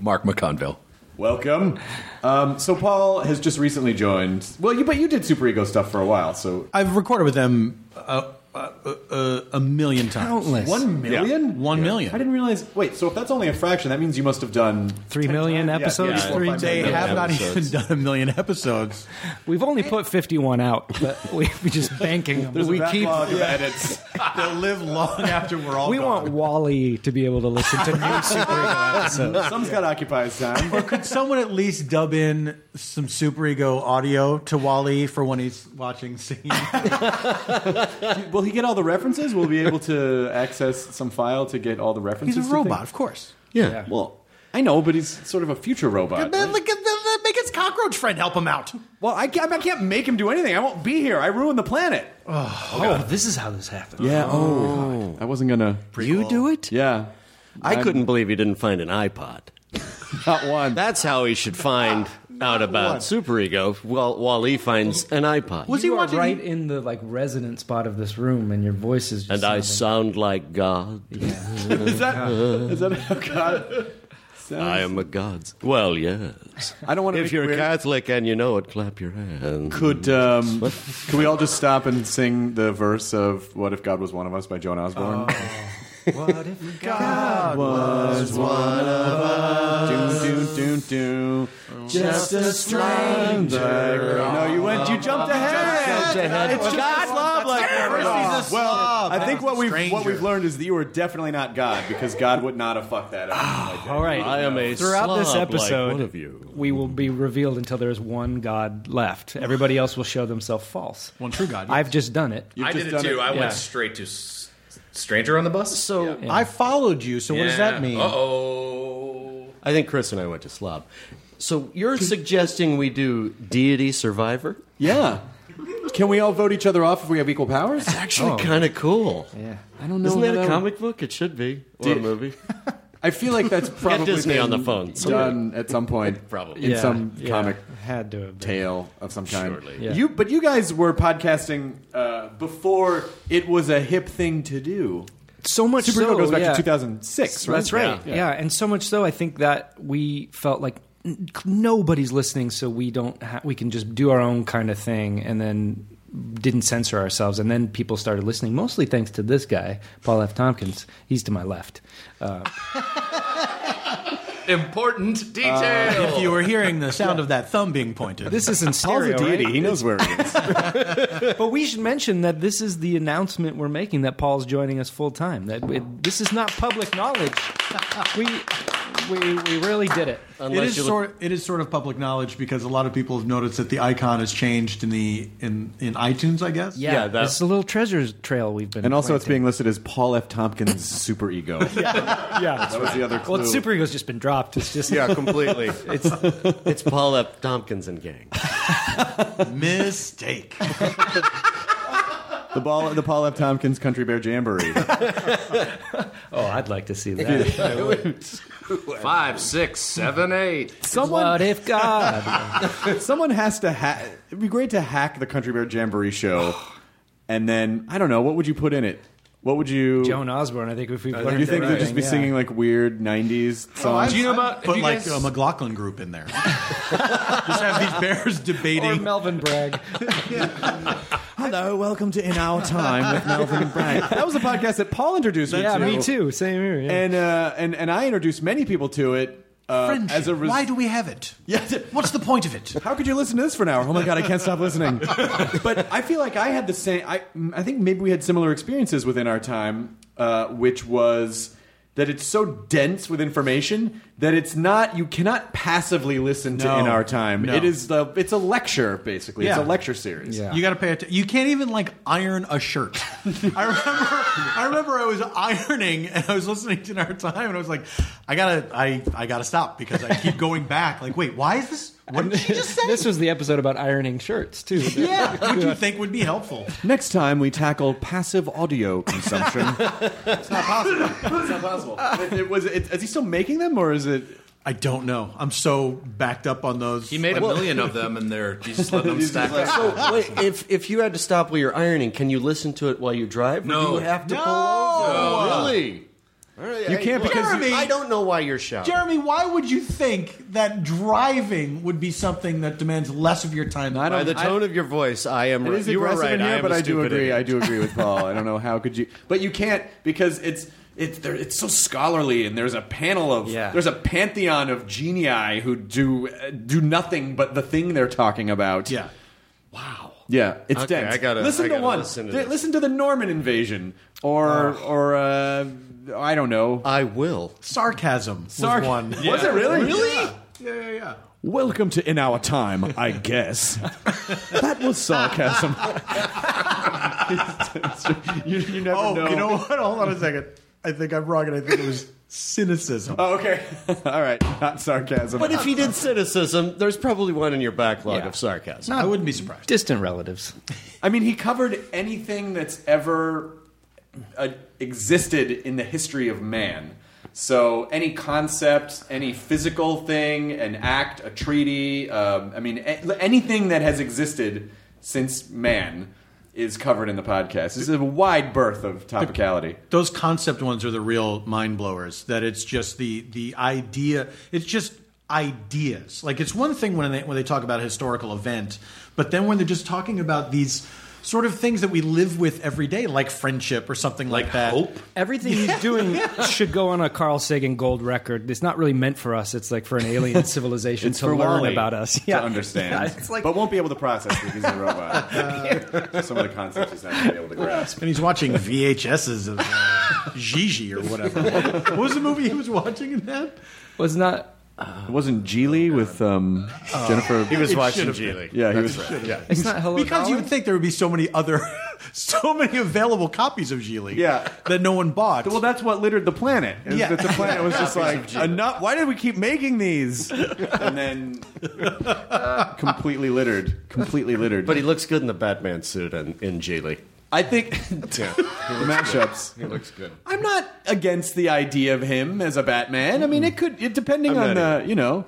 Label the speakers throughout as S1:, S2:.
S1: Mark McConville.
S2: Welcome. Um, so Paul has just recently joined. Well, you but you did Super Ego stuff for a while. So
S3: I've recorded with them uh, uh, uh, a million times.
S1: Countless.
S2: one million.
S3: One million.
S2: I didn't realize. Wait, so if that's only a fraction, that means you must have done.
S3: Three million episodes.
S2: yeah, yeah.
S3: they
S2: Yeah.
S3: have not
S2: Episodes.
S3: even done a million episodes.
S4: We've only put 51 out, but we, we just banking them.
S2: There's
S4: we
S2: a backlog of edits.
S3: They'll live long after we're all
S4: we
S3: gone.
S4: want Wally to be able to listen to new Super Ego episodes.
S2: Some's got to occupy his time.
S3: Or could someone at least dub in some super ego audio to Wally for when he's watching singing?
S2: Will he get all the references? Will we be able to access some file to get all the references?
S5: He's a
S2: to
S5: robot,
S2: things?
S5: of course.
S2: Yeah. Well, I know, but he's sort of a future robot.
S5: Then look at the, the- make his cockroach friend help him out.
S2: Well, I can't, I can't make him do anything. I won't be here. I ruined the planet.
S4: Oh, this is how this happened.
S2: Yeah. Oh, I wasn't gonna.
S4: You do it?
S2: Yeah.
S4: I couldn't believe he didn't find an iPod.
S2: Not one.
S4: That's how he should find out about superego while, while he finds an iPod.
S3: Was you he are right in the like resonant spot of this room, and your voice is. Just
S4: and I sound like God.
S2: Is that is that how God?
S4: I am a god. Well, yes.
S2: I don't want to.
S4: If you're a Catholic and you know it, clap your hands.
S2: Could um, can we all just stop and sing the verse of "What if God Was One of Us" by Joan Osborne?
S3: What if
S2: Oh. God was one of us. Doom, doom, doom, doom. Just a stranger. No, you went. You jumped ahead. It's just love. Like
S5: That's
S2: well,
S5: slob.
S2: I think what
S5: That's a
S2: we've what
S5: stranger.
S2: we've learned is that you are definitely not God because God would not have fucked that up. Like that.
S3: All right.
S4: I am a
S3: Throughout this
S4: slob like
S3: episode,
S4: one of you.
S3: we will be revealed until there is one God left. Everybody else will show themselves false.
S5: One true God.
S3: I've just done it.
S2: You've
S6: I
S2: just
S6: did it
S2: done
S6: too. I
S3: Yeah.
S6: went straight to s- stranger on the bus.
S5: so I followed you. So what does that mean?
S6: Uh oh.
S4: I think Chris and I went to slob. So you're suggesting we do deity survivor?
S2: Yeah. Can we all vote each other off if we have equal powers?
S4: Actually, kind of cool.
S3: Yeah.
S2: I don't know.
S4: Isn't that
S2: how
S4: a comic book? It should be. Or a
S2: Did-
S4: movie.
S2: I feel like that's probably
S4: Disney
S2: been
S4: on the phone.
S2: Done at some point,
S4: Probably.
S2: in
S3: Yeah,
S2: some
S3: yeah.
S2: comic
S3: Had to have been.
S2: tale of some kind.
S3: Yeah.
S2: You, but you guys were podcasting uh, before it was a hip thing to do.
S3: So much
S2: Superhero
S3: so,
S2: goes back
S3: yeah.
S2: to 2006, right?
S3: That's right. Yeah. and so much so, I think that we felt like n- nobody's listening, so we don't. Ha- we can just do our own kind of thing, and then didn't censor ourselves, and then people started listening, mostly thanks to this guy, Paul F. Tompkins. He's to my left.
S4: Uh,
S6: Important detail.
S5: If you were hearing the sound of that thumb being pointed,
S3: This is in
S2: Paul's
S3: stereo,
S2: a deity.
S3: right?
S2: He knows where he is.
S3: But we should mention that this is the announcement we're making that Paul's joining us full time. That it, this is not public knowledge. We we we really did it.
S5: it is sort it is sort of public knowledge because a lot of people have noticed that the icon has changed in the in in iTunes, I guess.
S3: Yeah,
S4: Yeah, that-
S3: this is a little treasure trail we've been.
S2: and also, it's
S3: planting.
S2: being listed as Paul F. Tompkins' super ego.
S3: yeah.
S2: That was the other clue.
S3: Well, Super Ego's just been dropped. It's just
S4: yeah, completely. It's it's Paul F. Tompkins and gang.
S5: Mistake.
S2: the, ball, the Paul F. Tompkins Country Bear Jamboree.
S3: Oh, I'd like to see that.
S6: Five, six, seven, eight.
S3: what if God?
S2: Someone has to hack. It'd be great to hack the Country Bear Jamboree show, and then I don't know what would you put in it. What would you?
S3: Joan Osborne. I think if we've
S2: Do
S3: learned,
S2: you think they'd just be
S3: anything, yeah.
S2: singing like weird '90s songs?
S6: Do you know about? if
S5: Oh, Put
S6: you
S5: like um,
S6: guys-
S5: a McLaughlin group in there. Just have these bears
S3: Or
S5: debating.
S3: Melvin Bragg.
S2: Hello, welcome to In Our Time with Melvin Bragg. That was a podcast that Paul introduced me
S3: yeah,
S2: to.
S3: me too. Same here. Yeah.
S2: And uh, and and I introduced many people to it. Uh,
S5: Friendship.
S2: As a res-
S5: Why do we have it?
S2: Yeah.
S5: What's the point of it?
S2: How could you listen to this for an hour? Oh my god, I can't stop listening. but I feel like I had the same. I I think maybe we had similar experiences within our time, uh, which was that it's so dense with information that it's not you cannot passively listen to
S5: No.
S2: in our time.
S5: No.
S2: It is the it's a lecture basically. It's
S5: Yeah.
S2: a lecture series.
S3: Yeah.
S5: You got to pay attention. You can't even like iron a shirt. I remember, I remember, I was ironing and I was listening to In Our Time, and I was like, I gotta, I, I gotta stop because I keep going back. Like, wait, why is this? What did she just say?
S3: this was the episode about ironing shirts too.
S5: yeah, what do you think would be helpful?
S2: Next time we tackle passive audio consumption.
S5: It's not possible.
S2: it's not possible. It, it was. It, is he still making them or is it?
S5: I don't know. I'm so backed up on those.
S6: He made a million of them, and they're he's just letting them
S2: He's
S6: stack
S2: just like-
S6: up.
S4: So wait, if if you had to stop while you're ironing, can you listen to it while you drive? Or
S6: No.
S4: do you have to
S5: No.
S4: pull over.
S5: No.
S4: Really? All right,
S2: You
S4: I-
S2: can't
S4: look,
S2: because
S5: you-
S4: I don't know why you're shouting.
S5: Jeremy, why would you think that driving would be something that demands less of your time?
S2: I don't-
S4: by Uh, the tone of your voice, I am.
S2: It is
S4: you were
S2: aggressive
S4: right.
S2: in here,
S4: I am
S2: but
S4: a
S2: I do
S4: stupid
S2: agree.
S4: idiot.
S2: I do agree with Paul. I don't know how could you, but you can't because it's it's there, it's so scholarly, and there's a panel of
S3: Yeah.
S2: there's a pantheon of genii who do uh, do nothing but the thing they're talking about.
S5: Yeah.
S2: yeah, it's
S4: Okay,
S2: dense.
S4: I gotta-
S2: listen
S4: I
S2: to
S4: gotta
S2: one.
S4: listen to
S2: Th-
S4: this.
S2: listen to the Norman invasion, or or uh, I don't know.
S4: I will.
S5: Sarcasm was
S2: Sarc-
S5: one.
S2: Was it really? Really?
S5: Yeah, yeah, yeah.
S2: Welcome to In Our Time, I guess. that was sarcasm. you, you never
S4: oh,
S2: know.
S4: you know what? Hold on a second. I think I'm wrong, and I think it was cynicism.
S2: Oh, okay. All right. Not sarcasm.
S5: But if you did cynicism, there's probably one in your backlog of sarcasm.
S4: I wouldn't be surprised.
S3: Distant relatives.
S2: I mean, he covered anything that's ever uh, existed in the history of man. So any concept, any physical thing, an act, a treaty, um, I mean, a- anything that has existed since man is covered in the podcast. This is a wide berth of topicality.
S4: Those concept ones are the real mind blowers. That it's just the the idea. It's just ideas. Like it's one thing when they when they talk about a historical event, but then when they're just talking about these sort of things that we live with every day, like friendship or something like, that. Hope.
S3: Everything he's doing should go on a Carl Sagan gold record. It's not really meant for us. It's like for an alien civilization
S2: It's
S3: to
S2: for
S3: learn
S2: Wally
S3: about us.
S2: to understand,
S3: Yeah, it's like
S2: but won't be able to process because he's a robot. Some of the concepts he's not going to be able to grasp.
S4: And he's watching VHSs of uh, Gigi or whatever. what was the movie he was watching in that?
S3: was not.
S2: It wasn't Geely with um,
S3: Uh,
S2: Jennifer.
S6: He was
S4: It
S6: watching
S4: should've been.
S6: Geely.
S2: Yeah, he
S6: That's
S2: was-
S6: right.
S2: yeah.
S3: It's not hello.
S4: because you would think there would be so many other, so many available copies of Gigli.
S2: Yeah.
S4: that no one bought.
S2: Well, that's what littered the planet. Is
S4: Yeah.
S2: that the planet was just like,
S6: Copies of Gigli.
S2: enough. Why did we keep making these? And then uh, completely littered, completely littered.
S5: But he looks good in the Batman suit and in Geely.
S2: I think the mashups.
S6: He looks good.
S2: I'm not against the idea of him as a Batman. I mean, it could, it, depending
S5: I'm
S2: on
S5: not
S2: the, you know.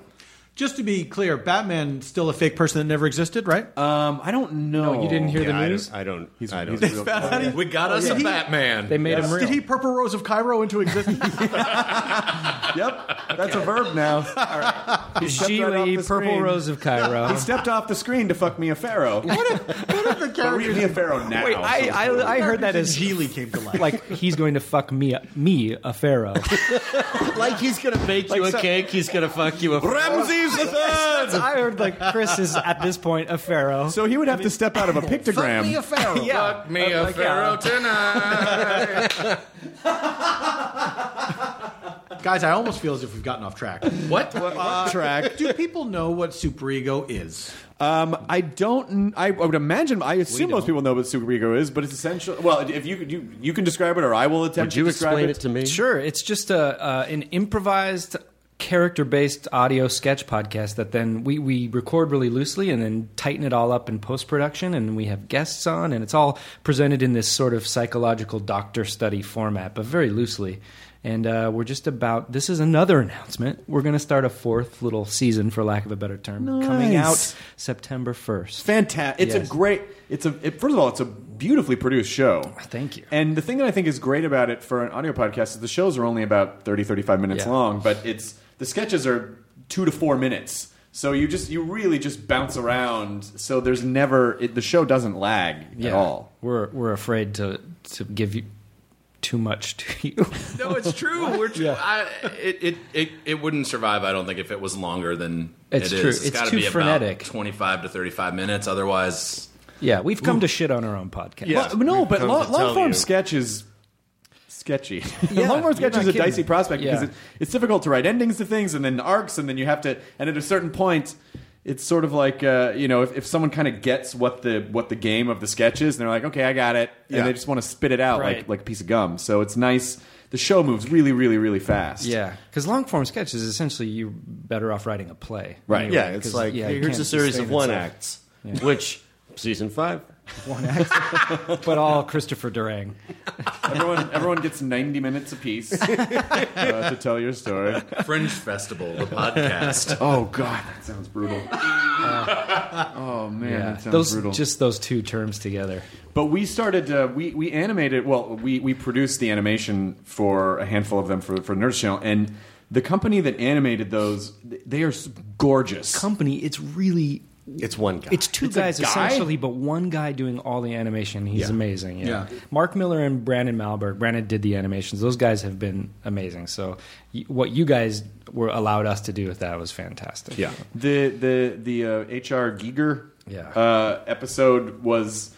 S4: Just to be clear, Batman still a fake person that never existed, right?
S2: Um, I don't know.
S3: you didn't hear
S6: Yeah,
S3: the
S6: I
S3: news.
S6: don't-
S5: I don't.
S2: He's,
S5: I don't.
S2: he's real-
S6: We got us a Batman.
S3: They made him real. E,
S4: Did he purple rose of Cairo into existence?
S2: yep, that's a verb now. All right. He stepped right off
S3: Geely,
S2: the
S3: Purple
S2: screen.
S3: Rose of Cairo.
S2: He stepped off the screen to fuck me a pharaoh. what if, the character? But we a pharaoh now.
S3: Wait, I,
S2: so-
S3: I, I heard that as
S4: Gigli came to life.
S3: like he's going to fuck me, a- me a pharaoh.
S5: Like he's gonna bake you
S2: Like
S5: a
S2: so-
S5: cake. He's gonna fuck you. A
S2: Ramses the third.
S3: I heard like Chris is at this point a pharaoh.
S2: So he would have to step out of a pictogram.
S4: Be a pharaoh.
S6: Fuck me a pharaoh tonight.
S4: Guys, I almost feel as if we've gotten off track.
S6: what?
S2: track.
S4: Do people know what superego is?
S2: Um, I don't. kn- I, I would imagine. I assume most
S4: don't.
S2: people know what superego is, but it's essential. Well, if you could- you you can describe it, or I will attempt.
S5: Would you
S2: to describe
S5: explain
S2: it
S5: it to me?
S3: Sure, it's just a uh, an improvised character-based audio sketch podcast that then we, we record really loosely and then tighten it all up in post-production and we have guests on and it's all presented in this sort of psychological doctor study format but very loosely and uh, we're just about this is another announcement we're going to start a fourth little season for lack of a better term coming
S2: Nice.
S3: out september 1st
S2: Fantastic! It's
S3: Yes.
S2: a great. It's a it, first of all, it's a beautifully produced show.
S3: Thank you.
S2: And the thing that I think is great about it for an audio podcast is the shows are only about 30, 35 minutes
S3: Yeah.
S2: long, but it's the sketches are two to four minutes. So you just you really just bounce around. So there's never it, the show doesn't lag at all.
S3: we're we're afraid to to give you too much to you
S6: No, it's true. We're true. I, it, it, it, it wouldn't survive, I don't think, if it was longer than
S3: It's
S6: it
S3: true.
S6: is.
S3: It's
S6: gotta
S3: too
S6: be
S3: frenetic.
S6: about 25 to 35 minutes. Otherwise,
S3: yeah we've come to shit on our own podcast
S6: Yeah.
S2: Well, no,
S6: We've
S2: but
S6: come
S2: long,
S6: to tell
S2: long form
S6: you.
S2: sketch is sketchy.
S3: Yeah,
S2: long form
S3: you're
S2: sketch
S3: not
S2: is a
S3: kidding.
S2: dicey prospect
S3: Yeah.
S2: because it, it's difficult to write endings to things and then arcs, and then you have to. And at a certain point, it's sort of like uh, you know if, if someone kind of gets what the what the game of the sketch is, and they're like, okay, I got it,
S7: Yeah.
S2: and they just want to spit it out like
S3: Right.
S2: like a piece of gum. So it's nice. The show moves really, really, really fast.
S3: Yeah, because long form sketch is essentially you're better off writing a play.
S2: Right.
S5: Yeah, it's like
S3: you
S5: here's
S3: can't
S5: a series
S3: sustain
S5: of one
S3: itself.
S5: acts, which season five.
S3: but all Christopher Durang.
S2: everyone everyone gets ninety minutes apiece uh, to tell your story.
S6: Fringe Festival, the podcast.
S2: Oh God, that sounds brutal. oh man, that sounds
S3: those
S2: brutal.
S3: just those two terms together.
S2: But we started. Uh, we we animated. Well, we we produced the animation for a handful of them for for Nerd Channel, and the company that animated those, th- they are s- gorgeous.
S3: Company, it's really
S5: It's one guy.
S3: it's two
S2: a
S3: guys
S2: guy?
S3: essentially, but one guy doing all the animation. He's
S2: Yeah.
S3: amazing. Yeah.
S2: Yeah.
S3: Mark Miller and Brandon Malberg. Brandon did the animations. Those guys have been amazing. So y- what you guys were allowed us to do with that was fantastic.
S2: Yeah. The the the uh, HR Giger
S3: Yeah.
S2: uh, episode was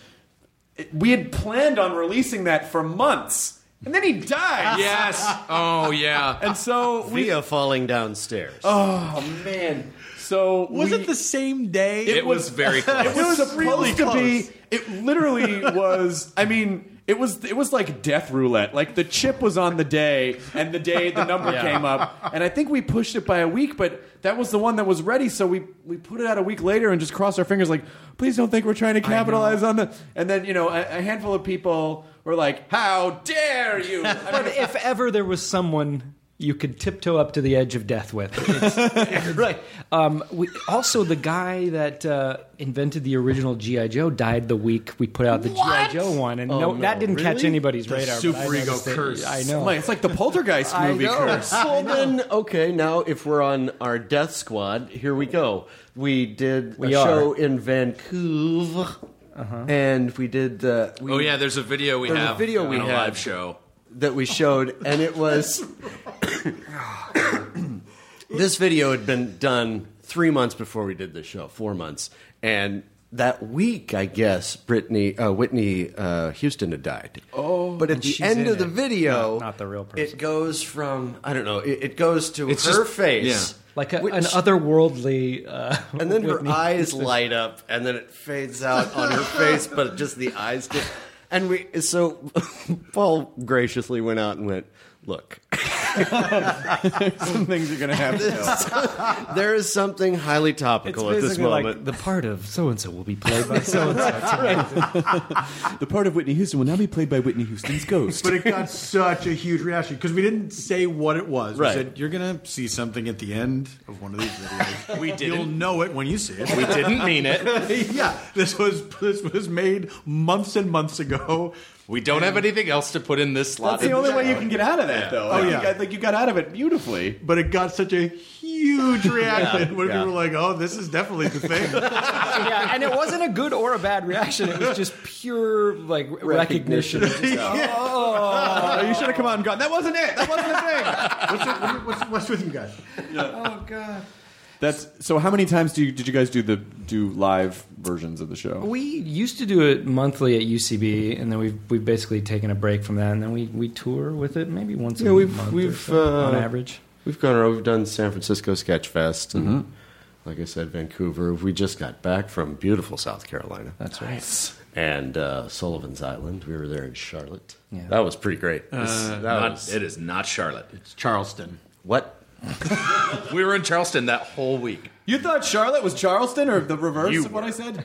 S2: it- we had planned on releasing that for months, and then he died.
S6: yes. Oh, yeah.
S2: And so we
S5: Via falling downstairs.
S2: Oh man.
S8: So
S9: Was it the same day?
S8: It was very close.
S9: it was really
S8: supposed to be. It literally was. I mean, it was. It was like death roulette. Like the chip was on the day, and the day the number
S9: Yeah.
S8: came up, and I think we pushed it by a week. But that was the one that was ready, so we we put it out a week later and just crossed our fingers. Like, please don't think we're trying to capitalize on the. And then you know, a, a handful of people were like, "How dare you!" I mean,
S3: if ever there was someone you could tiptoe up to the edge of death with. It's- right. Um, we, also, the guy that uh, invented the original GI Joe died the week we put out the GI Joe one, and
S8: Oh,
S3: no,
S8: no,
S3: that didn't catch
S8: really?
S3: anybody's
S8: The
S3: radar. but I
S8: superego
S3: noticed it.
S8: curse.
S3: I know.
S8: Like, it's like the Poltergeist
S3: I
S4: movie
S3: know.
S4: curse.
S3: I
S4: Well,
S3: know.
S4: then, okay, now if we're on our death squad, here we go. We did
S5: We
S4: a
S5: are. Uh-huh.
S4: show in Vancouver, and we did. Uh, we,
S5: oh yeah, there's a video we
S4: there's
S5: have.
S4: a video we
S5: on a
S4: had
S5: live show.
S4: that we showed, and it was this video had been done three months before we did the show, four months, and that week, I guess, Brittany uh, Whitney uh, Houston had died. Oh, but at
S3: And
S4: the
S3: she's
S4: end
S3: in
S4: of the
S3: it.
S4: video,
S3: Not- not the real person.
S4: It goes from I don't know. It, it goes to
S3: It's
S4: her
S3: just-
S4: face,
S3: yeah. like a,
S4: which-
S3: an otherworldly. Uh,
S4: and then her
S3: Whitney
S4: eyes
S3: Houston.
S4: light up, and then it fades out on her face, but just the eyes get. And we so Paul graciously went out and went, look.
S2: Some things you're gonna have to
S4: know. there is something highly topical at this
S3: basically like,
S4: moment.
S3: the part of so and so will be played by so and so.
S2: the part of Whitney Houston will now be played by Whitney Houston's ghost.
S9: But it got such a huge reaction because we didn't say what it was.
S2: Right.
S9: We said you're gonna see something at the end of one of these videos.
S5: We
S9: You'll
S5: didn't.
S9: know it when you see it.
S5: We didn't mean it.
S9: yeah, this was this was made months and months ago.
S5: We don't have anything else to put in this slot.
S9: That's the only way you can
S2: get out of that, though.
S9: Oh
S2: Like,
S9: yeah,
S2: you got- like you got out of it beautifully.
S9: But it got such a huge reaction
S2: Yeah,
S9: when
S2: yeah.
S9: people were like, "Oh, this is definitely the thing."
S3: yeah, and it wasn't a good or a bad reaction. It was just pure like recognition.
S2: Oh, you should have come out and gone. That wasn't it. That wasn't the
S9: thing. What's, what's, what's with you guys? Oh god.
S2: That's so. How many times do you, did you guys do the do live versions of the show?
S3: We used to do it monthly at UCB, and then we've we've basically taken a break from that, and then we, we tour with it maybe once.
S4: yeah,
S3: a
S4: we've
S3: month or
S4: we've
S3: so,
S4: uh,
S3: on average.
S4: We've gone over. We've done San Francisco Sketch Fest, and like I said, Vancouver. We just got back from beautiful South Carolina. That's
S3: right.
S4: And uh, Sullivan's Island. We were there in Charlotte.
S5: Yeah.
S4: That was pretty great. This- that
S5: not,
S4: was-
S5: It is not Charlotte. It's
S9: Charleston.
S4: What?
S5: we were in Charleston that whole week.
S2: You thought Charlotte was Charleston or the reverse
S5: You
S2: of what I said?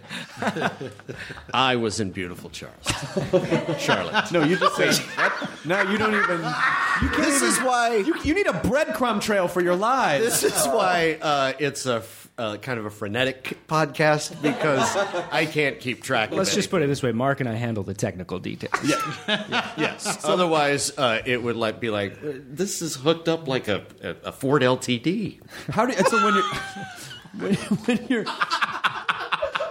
S4: I was in beautiful Charleston. Charlotte.
S2: No, you just said. no, you don't even. You can't
S4: This
S2: even,
S4: is why
S2: you, you need a breadcrumb trail for your lives.
S4: This is why uh, it's a f- uh, kind of a frenetic podcast because I can't keep track of
S3: Let's
S4: it.
S3: just put it this way: Mark and I handle the technical details.
S4: yes. Otherwise, uh, it would like be like "Uh, this is hooked up like a, a, a Ford LTD.
S2: How do so when you're when, when you're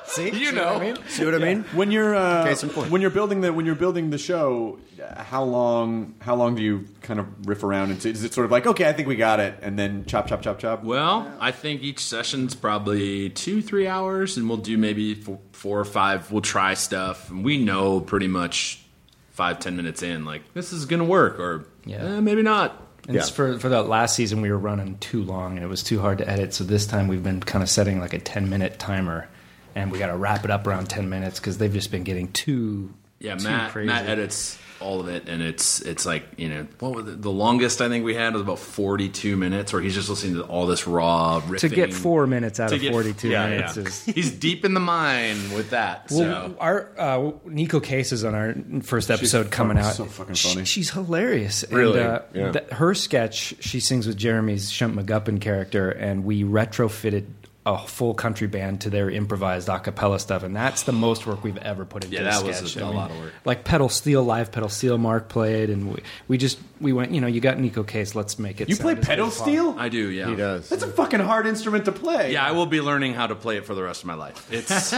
S4: see
S5: you know
S4: see what I mean
S2: when you're uh,
S4: Case in point.
S2: when you're building the when you're building the show uh, how long how long do you kind of riff around into is it sort of like okay I think we got it and then chop chop chop chop
S5: Well, I think each session's probably two, three hours, and we'll do maybe four, four or five. We'll try stuff, and we know pretty much five, ten minutes in, like this is gonna work, or
S3: Yeah.
S5: "Eh, maybe not.
S3: And it's for for that last season, we were running too long, and it was too hard to edit. So this time, we've been kind of setting like a ten minute timer, and we got to wrap it up around ten minutes because they've just been getting too
S5: Yeah,
S3: too
S5: Matt,
S3: crazy.
S5: Matt edits all of it, and it's it's like you know what was it? the longest I think we had was about forty two minutes, where he's just listening to all this raw riffing.
S3: to get four minutes out
S5: To
S3: of
S5: get-
S3: forty two
S5: yeah,
S3: minutes
S5: yeah.
S3: is
S5: he's deep in the mine with that.
S3: Well,
S5: so
S3: our uh, Nico Case is on our first
S5: She's
S3: episode coming
S5: fucking-
S3: out.
S5: so fucking
S3: She-
S5: funny.
S3: she's hilarious.
S5: Really?
S3: And, uh,
S5: Yeah.
S3: th- her sketch, she sings with Jeremy's Shunt McGuppin character, and we retrofitted a full country band to their improvised a cappella stuff, and that's the most work we've ever put into
S5: Yeah,
S3: a
S5: that was
S3: sketch.
S5: a-
S3: I
S5: a
S3: mean,
S5: lot of work.
S3: Like Pedal Steel, live Pedal Steel, Mark played, and we, we just we went. You know, you got Nico Case. Let's make it.
S2: You
S3: sound
S2: play
S3: as good as
S2: pedal
S3: possible.
S2: steel?
S5: I do, yeah. He
S4: does.
S2: That's a fucking hard instrument to play.
S5: Yeah, I will be learning how to play it for the rest of my life. It's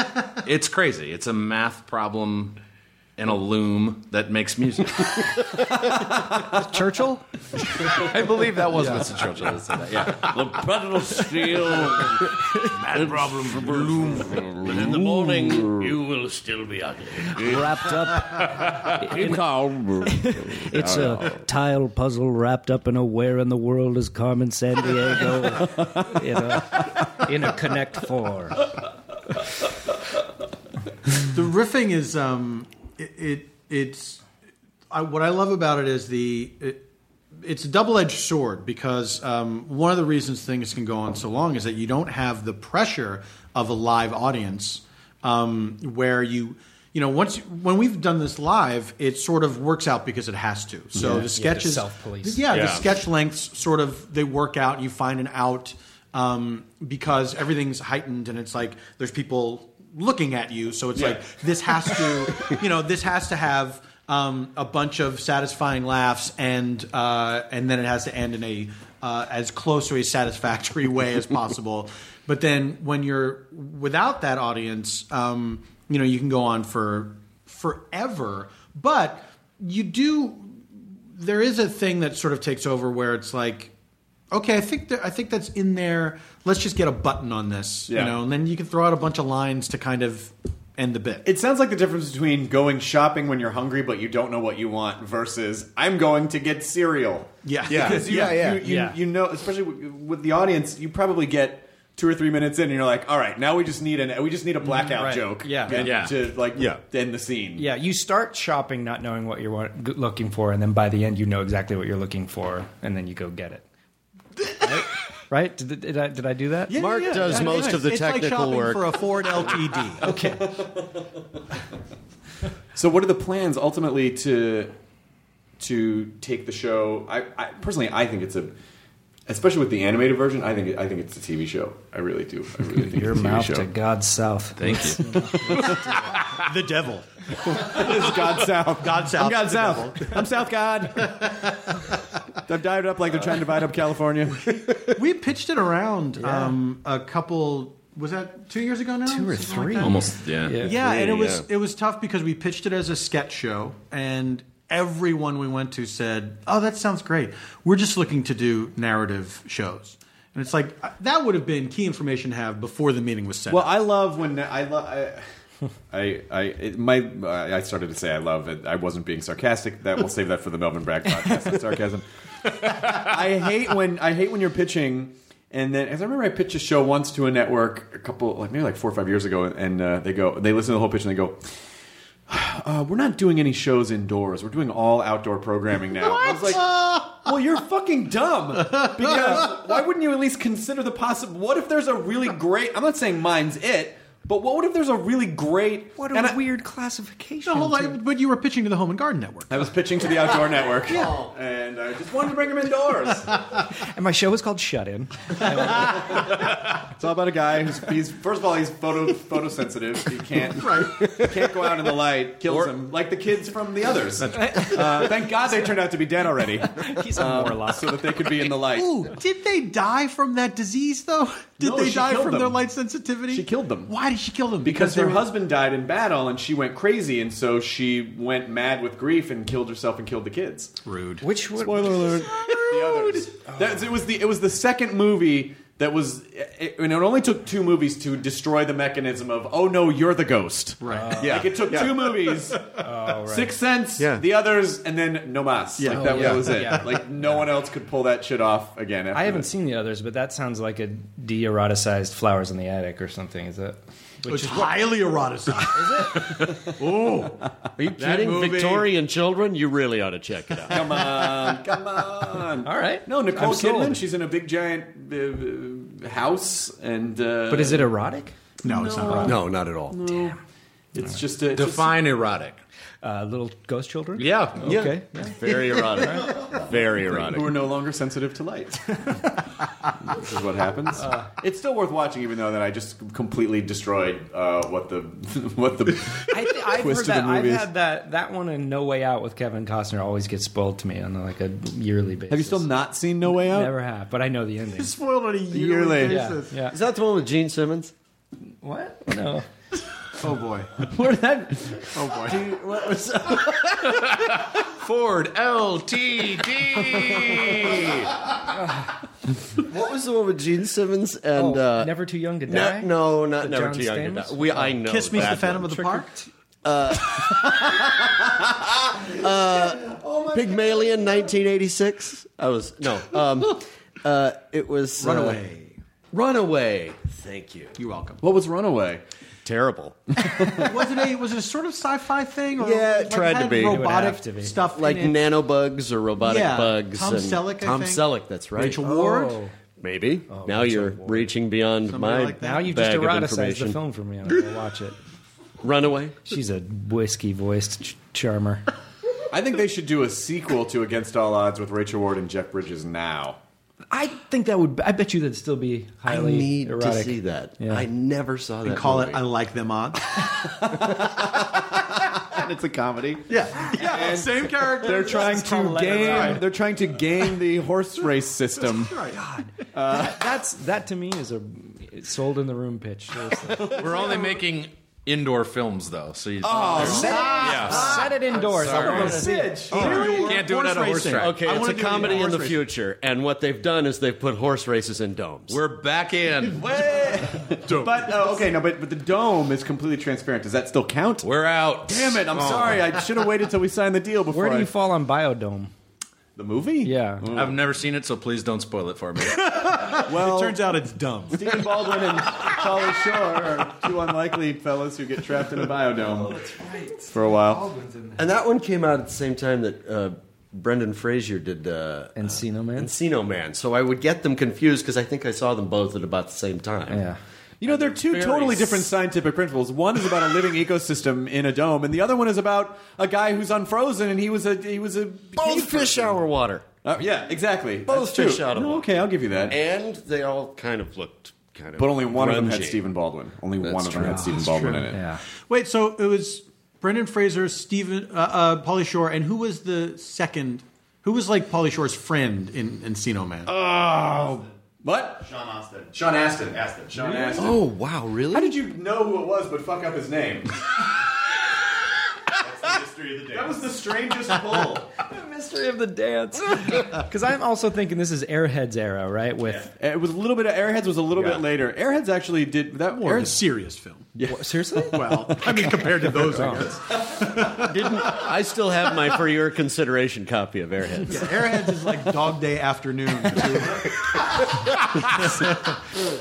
S5: it's crazy. It's a math problem and a loom that makes music.
S3: Churchill?
S5: I believe that was
S3: Yeah.
S5: Winston Churchill that said that. Yeah, the pedal steel math problem from loom.
S10: But in the morning, you will still be ugly.
S11: Wrapped
S10: up.
S11: in-
S10: calm.
S11: It's a tile puzzle wrapped up in a where in the world is Carmen San Diego? you know,
S12: in a Connect Four.
S4: the riffing is um it, it it's I, what I love about it is the it, it's a double edged sword because um, one of the reasons things can go on so long is that you don't have the pressure of a live audience um, where you you know once when we've done this live it sort of works out because it has to so the
S3: Yeah. Yeah, the
S4: sketches
S3: self-police.
S4: yeah, the
S3: Yeah.
S4: sketch lengths sort of they work out you find an out um, because everything's heightened and it's like there's people looking at you so it's
S2: Yeah.
S4: like this has to you know this has to have um, a bunch of satisfying laughs and uh, and then it has to end in a uh, as close to a satisfactory way as possible but then when you're without that audience um, you know you can go on for forever but you do there is a thing that sort of takes over where it's like okay i think that i think that's in there let's just get a button on this
S2: Yeah.
S4: you know and then you can throw out a bunch of lines to kind of end the bit
S2: It sounds like the difference between going shopping when you're hungry but you don't know what you want versus I'm going to get cereal.
S4: Yeah.
S2: yeah, because you,
S4: Yeah, yeah.
S2: you, you,
S4: Yeah.
S2: you know, especially with, with the audience, you probably get two or three minutes in, and you're like, all right, now we just need an we just need a blackout
S3: Mm, Right.
S2: joke,
S3: Yeah.
S2: and
S3: Yeah.
S2: to like
S3: Yeah.
S2: end the scene.
S3: Yeah, you start shopping not knowing what you're wa- g- looking for, and then by the end, you know exactly what you're looking for, and then you go get it. Right? right? Did, did, I, did I do that?
S6: Mark does most of the technical work.
S4: a Ford LTD. okay.
S2: So, what are the plans ultimately to to take the show? I, I personally, I think it's a, especially with the animated version, I think I think it's a TV show. I really do. I really think
S3: Your
S2: it's a TV
S3: mouth
S2: show.
S3: to God's south. Thank you.
S4: the devil.
S2: It's God South.
S4: God South.
S2: I'm God
S4: The
S2: South.
S4: devil.
S2: I'm South God. I've dived up like they're trying to divide up California.
S4: we pitched it around um, a couple was that two years ago now two or
S5: three. Almost, yeah.
S4: yeah, and it was it was tough because we pitched it as a sketch show and everyone we went to said oh that sounds great we're just looking to do narrative shows and it's like uh, that would have been key information to have before the meeting was set
S2: Well, I love when I love. I, I, I, it, my, I started to say I love it. I wasn't being sarcastic. That we'll save that for the Melvin Bragg podcast. That's sarcasm. I hate when I hate when you're pitching, and then as I remember, I pitched a show once to a network a couple, like maybe like four or five years ago, and uh, they go, they listen to the whole pitch, and they go. Uh, we're not doing any shows indoors. We're doing all outdoor programming now. I was like, well, you're fucking dumb. Because why wouldn't you at least consider the possible? What if there's a really great? I'm not saying mine's it, but what if there's a really great? What a
S4: weird classification but you were pitching to the home and garden network
S2: I was pitching to the Outdoor Network,
S4: Yeah.
S2: and I just wanted to bring him indoors.
S3: and my show was called Shut In.
S2: It's all about a guy who's he's first of all he's photo photosensitive. He can't he can't go out in the light. Kills him like the kids from the others. Uh, thank God they turned out to be dead already. He's a
S3: warlock,
S2: so that they could be in the light.
S4: Ooh, did they die from that disease though? Did
S2: No,
S4: they
S2: she
S4: die
S2: killed
S4: from
S2: them.
S4: their light sensitivity?
S2: She killed them.
S4: Why did she kill them?
S2: because
S4: they
S2: her
S4: were-
S2: husband died in battle and she went crazy and so she went mad with grief and killed herself and killed the kids
S4: rude
S3: which
S2: spoiler alert the others That's- it was the it was the second movie that was it, and it only took two movies to destroy the mechanism of oh no you're the ghost
S4: right
S2: yeah like it took
S4: Yeah.
S2: two movies
S4: right.
S2: Six Sense
S4: Yeah.
S2: the others and then no mas
S3: Yeah.
S2: like that
S3: Oh, yeah.
S2: was it
S3: Yeah.
S2: like no one else could pull that shit off again after
S3: I haven't
S2: that.
S3: seen the others, but that sounds like a de eroticized Flowers in the Attic or something. Is it?
S4: Which is highly eroticized.
S13: Oh, are you kidding?
S3: movie-
S13: Victorian children? You really ought to check it out.
S2: Come on, come on. All
S3: right.
S2: No, Nicole
S3: I'm
S2: Kidman.
S3: sold.
S2: She's in a big giant uh, uh, house, and uh,
S3: But is it erotic?
S4: No, it's not erotic.
S6: No, not
S3: Oh,
S6: at all.
S2: Damn. It's just a
S5: Define erotic.
S3: Uh, little ghost children?
S5: Yeah.
S3: Okay.
S5: Yeah. Very erotic. Very erotic.
S2: Who are no longer sensitive to light. this is what happens. it's still worth watching, even though that I just completely destroyed uh, what the what the
S3: I th- I've
S2: twist
S3: heard
S2: of
S3: that.
S2: the
S3: I've
S2: movie is.
S3: had that that one and No Way Out with Kevin Costner always gets spoiled to me on like a yearly basis. Have you still
S2: not seen No Way Out?
S3: Never have, but I know the ending.
S4: spoiled on a
S3: yearly
S6: late.
S3: basis. Yeah, yeah.
S6: Is that the one with Gene Simmons?
S3: What? No.
S4: oh boy.
S6: Where that?
S4: Oh boy.
S6: what was
S5: Ford LTD.
S6: What was the one with Gene Simmons and
S3: Oh,
S6: uh,
S3: Never Too Young to
S6: No-
S3: Die?
S6: No, not
S3: The
S6: Never
S3: John
S6: Too Young to
S3: Stamos?
S6: Die. We, I know.
S4: Kiss Me's
S6: that
S4: the Phantom
S6: one.
S4: of the Park.
S6: Uh, uh, Pygmalion, 1986. I was no. Um, uh, it was uh,
S4: Runaway.
S6: Runaway. Thank you.
S4: You're welcome.
S6: What was Runaway? Terrible.
S4: was it a was it a sort of sci-fi thing? Or
S6: yeah,
S4: like,
S6: tried to
S4: had
S6: be
S4: robotic stuff in
S6: like
S4: it?
S6: nanobugs or robotic
S4: Yeah,
S6: bugs.
S4: Tom
S6: and-
S4: Selleck, I
S6: Tom
S4: think.
S6: Selleck. That's right.
S4: Rachel Ward? Oh.
S6: Maybe now you're reaching beyond
S3: Somebody
S6: my
S3: like that. Now you've just
S6: bag of
S3: eroticized the
S6: information.
S3: film for me. I'm gonna watch it.
S6: Runaway.
S3: She's a whiskey voiced ch- charmer.
S2: I think they should do a sequel to Against All Odds with Rachel Ward and Jeff Bridges now.
S3: I think that would. I bet you that'd still be highly
S2: I need to
S3: erotic.
S2: see
S6: that.
S3: Yeah.
S6: I never saw
S4: and call it I like them odds.
S2: and it's a comedy.
S4: Yeah, yeah, same character.
S2: They're trying to game. They're trying to game the horse race system.
S3: That- that's that to me is a it's sold in the room pitch. Seriously.
S14: We're only making indoor films though, so you.
S3: Oh, set it- Ah. set it indoors. I
S14: Sorry.
S3: wanna see it.
S14: Oh, you can't do it at a horse track.
S6: Okay, it's a comedy in the future, and what they've done is they've put horse races in domes.
S14: We're back in.
S2: But
S14: uh,
S2: oh, okay, no, but but the dome is completely transparent. Does that still count?
S14: We're out.
S2: Damn it! I'm
S14: Oh.
S2: sorry. I should have waited till we signed the deal before.
S3: Where do
S2: I-
S3: you fall on Biodome?
S2: The movie?
S3: Yeah.
S14: I've never seen it, so please don't spoil it for me.
S2: Well,
S4: it turns out it's dumb.
S2: Stephen Baldwin and Charlie Shore are two unlikely fellas who get trapped in a
S14: Oh,
S2: biodome. that's right. For a while.
S6: And that one came out at the same time that uh, Brendan Fraser did uh,
S3: Encino Man.
S6: Encino Man. So I would get them confused because I think I saw them both at about the same time.
S3: Yeah.
S2: You know, they're two
S6: Very
S2: totally
S6: s-
S2: different scientific principles. One is about a living ecosystem in a dome, and the other one is about a guy who's unfrozen and he was a he was a
S6: Both fish out of water.
S2: Uh, yeah, exactly.
S6: Both
S2: That's true.
S6: fish out of
S2: No,
S6: water.
S2: Okay, I'll give you that.
S6: And they all kind of looked kind of.
S2: But only one of them had
S6: grungy.
S2: Stephen Baldwin. Only
S6: That's
S2: one of them
S3: Ah,
S6: true.
S2: had Stephen
S6: That's
S2: Baldwin
S6: true.
S2: in it.
S6: Yeah.
S4: Wait, so it was Brendan Fraser, Stephen, uh, uh, Polly Shore, and who was the second? Who was like Polly Shore's friend in Encino Man?
S2: Oh, what?
S5: Sean Austin.
S2: Sean Astin. Sean
S5: Really?
S2: Astin.
S6: Oh wow, really?
S2: How did you know who it was but fuck up his name? that was the strangest pull.
S6: Mystery of the dance.
S3: Because I'm also thinking this is Airheads era, right? With
S2: It was a little bit of Airheads was a little bit later. Airheads actually did that more
S4: Or a serious film.
S3: seriously?
S4: Well, I mean, compared to those, I guess.
S6: Didn't I still have my for your consideration copy of Airheads?
S4: Yeah, Airheads is like Dog Day Afternoon to,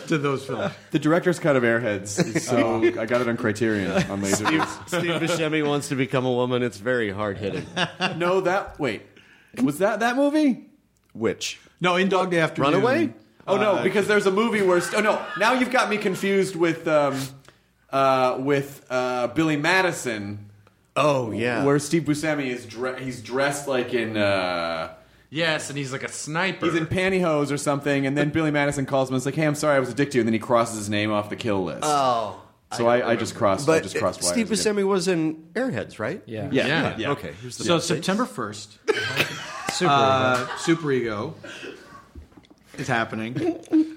S4: to those films.
S2: The director's cut of Airheads. is So I got it on Criterion on Laser.
S6: Steve, Steve Buscemi wants to become a woman. It's very hard hitting.
S2: no, that wait, was that that movie? Which
S4: No, in Dog Day Afternoon.
S2: Runaway? Oh no,
S4: Uh,
S2: because there's a movie where. St- oh no, now you've got me confused with um, uh, with uh, Billy Madison.
S6: Oh yeah,
S2: where Steve Buscemi is dre- he's dressed like in uh,
S14: yes, and he's like a sniper.
S2: he's in pantyhose or something, and then Billy Madison calls him and is like, "Hey, I'm sorry, I was a dick to you," and then he crosses his name off the kill list.
S6: Oh.
S2: so I, I, just crossed. I
S6: But uh,
S2: just crossed.
S6: Steve
S2: wires again.
S6: Buscemi was in Airheads, right?
S3: Yeah.
S2: Yeah, yeah, yeah.
S6: Okay. here's the
S4: So
S6: dates.
S4: September first,
S3: Super
S4: uh, Super Ego is happening.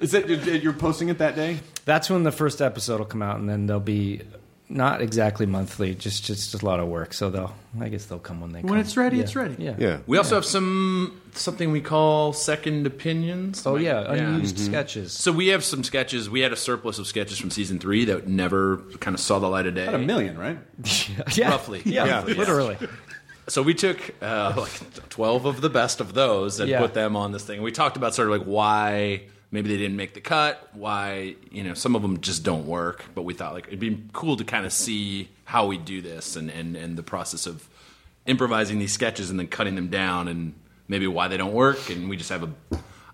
S2: Is it you- you're posting it that day?
S3: That's when the first episode will come out, and then they'll be not exactly monthly, just just, just a lot of work. So they'll, I guess they'll come when they come.
S4: When it's ready,
S3: Yeah.
S4: it's ready.
S3: Yeah.
S14: We also have some something we call second opinions.
S3: Oh
S14: Like-
S3: yeah, unused sketches.
S14: So we have some sketches. We had a surplus of sketches from season three that never kind of saw the light of day.
S2: About a million, right?
S3: Yeah.
S14: Roughly.
S3: Yeah.
S14: Roughly, yeah.
S3: Literally.
S14: So we took uh, like twelve of the best of those and
S3: Yeah.
S14: put them on this thing. We talked about sort of like why maybe they didn't make the cut, why you know some of them just don't work. But we thought like it'd be cool to kind of see how we do this and and and the process of improvising these sketches and then cutting them down and maybe why they don't work. And we just have a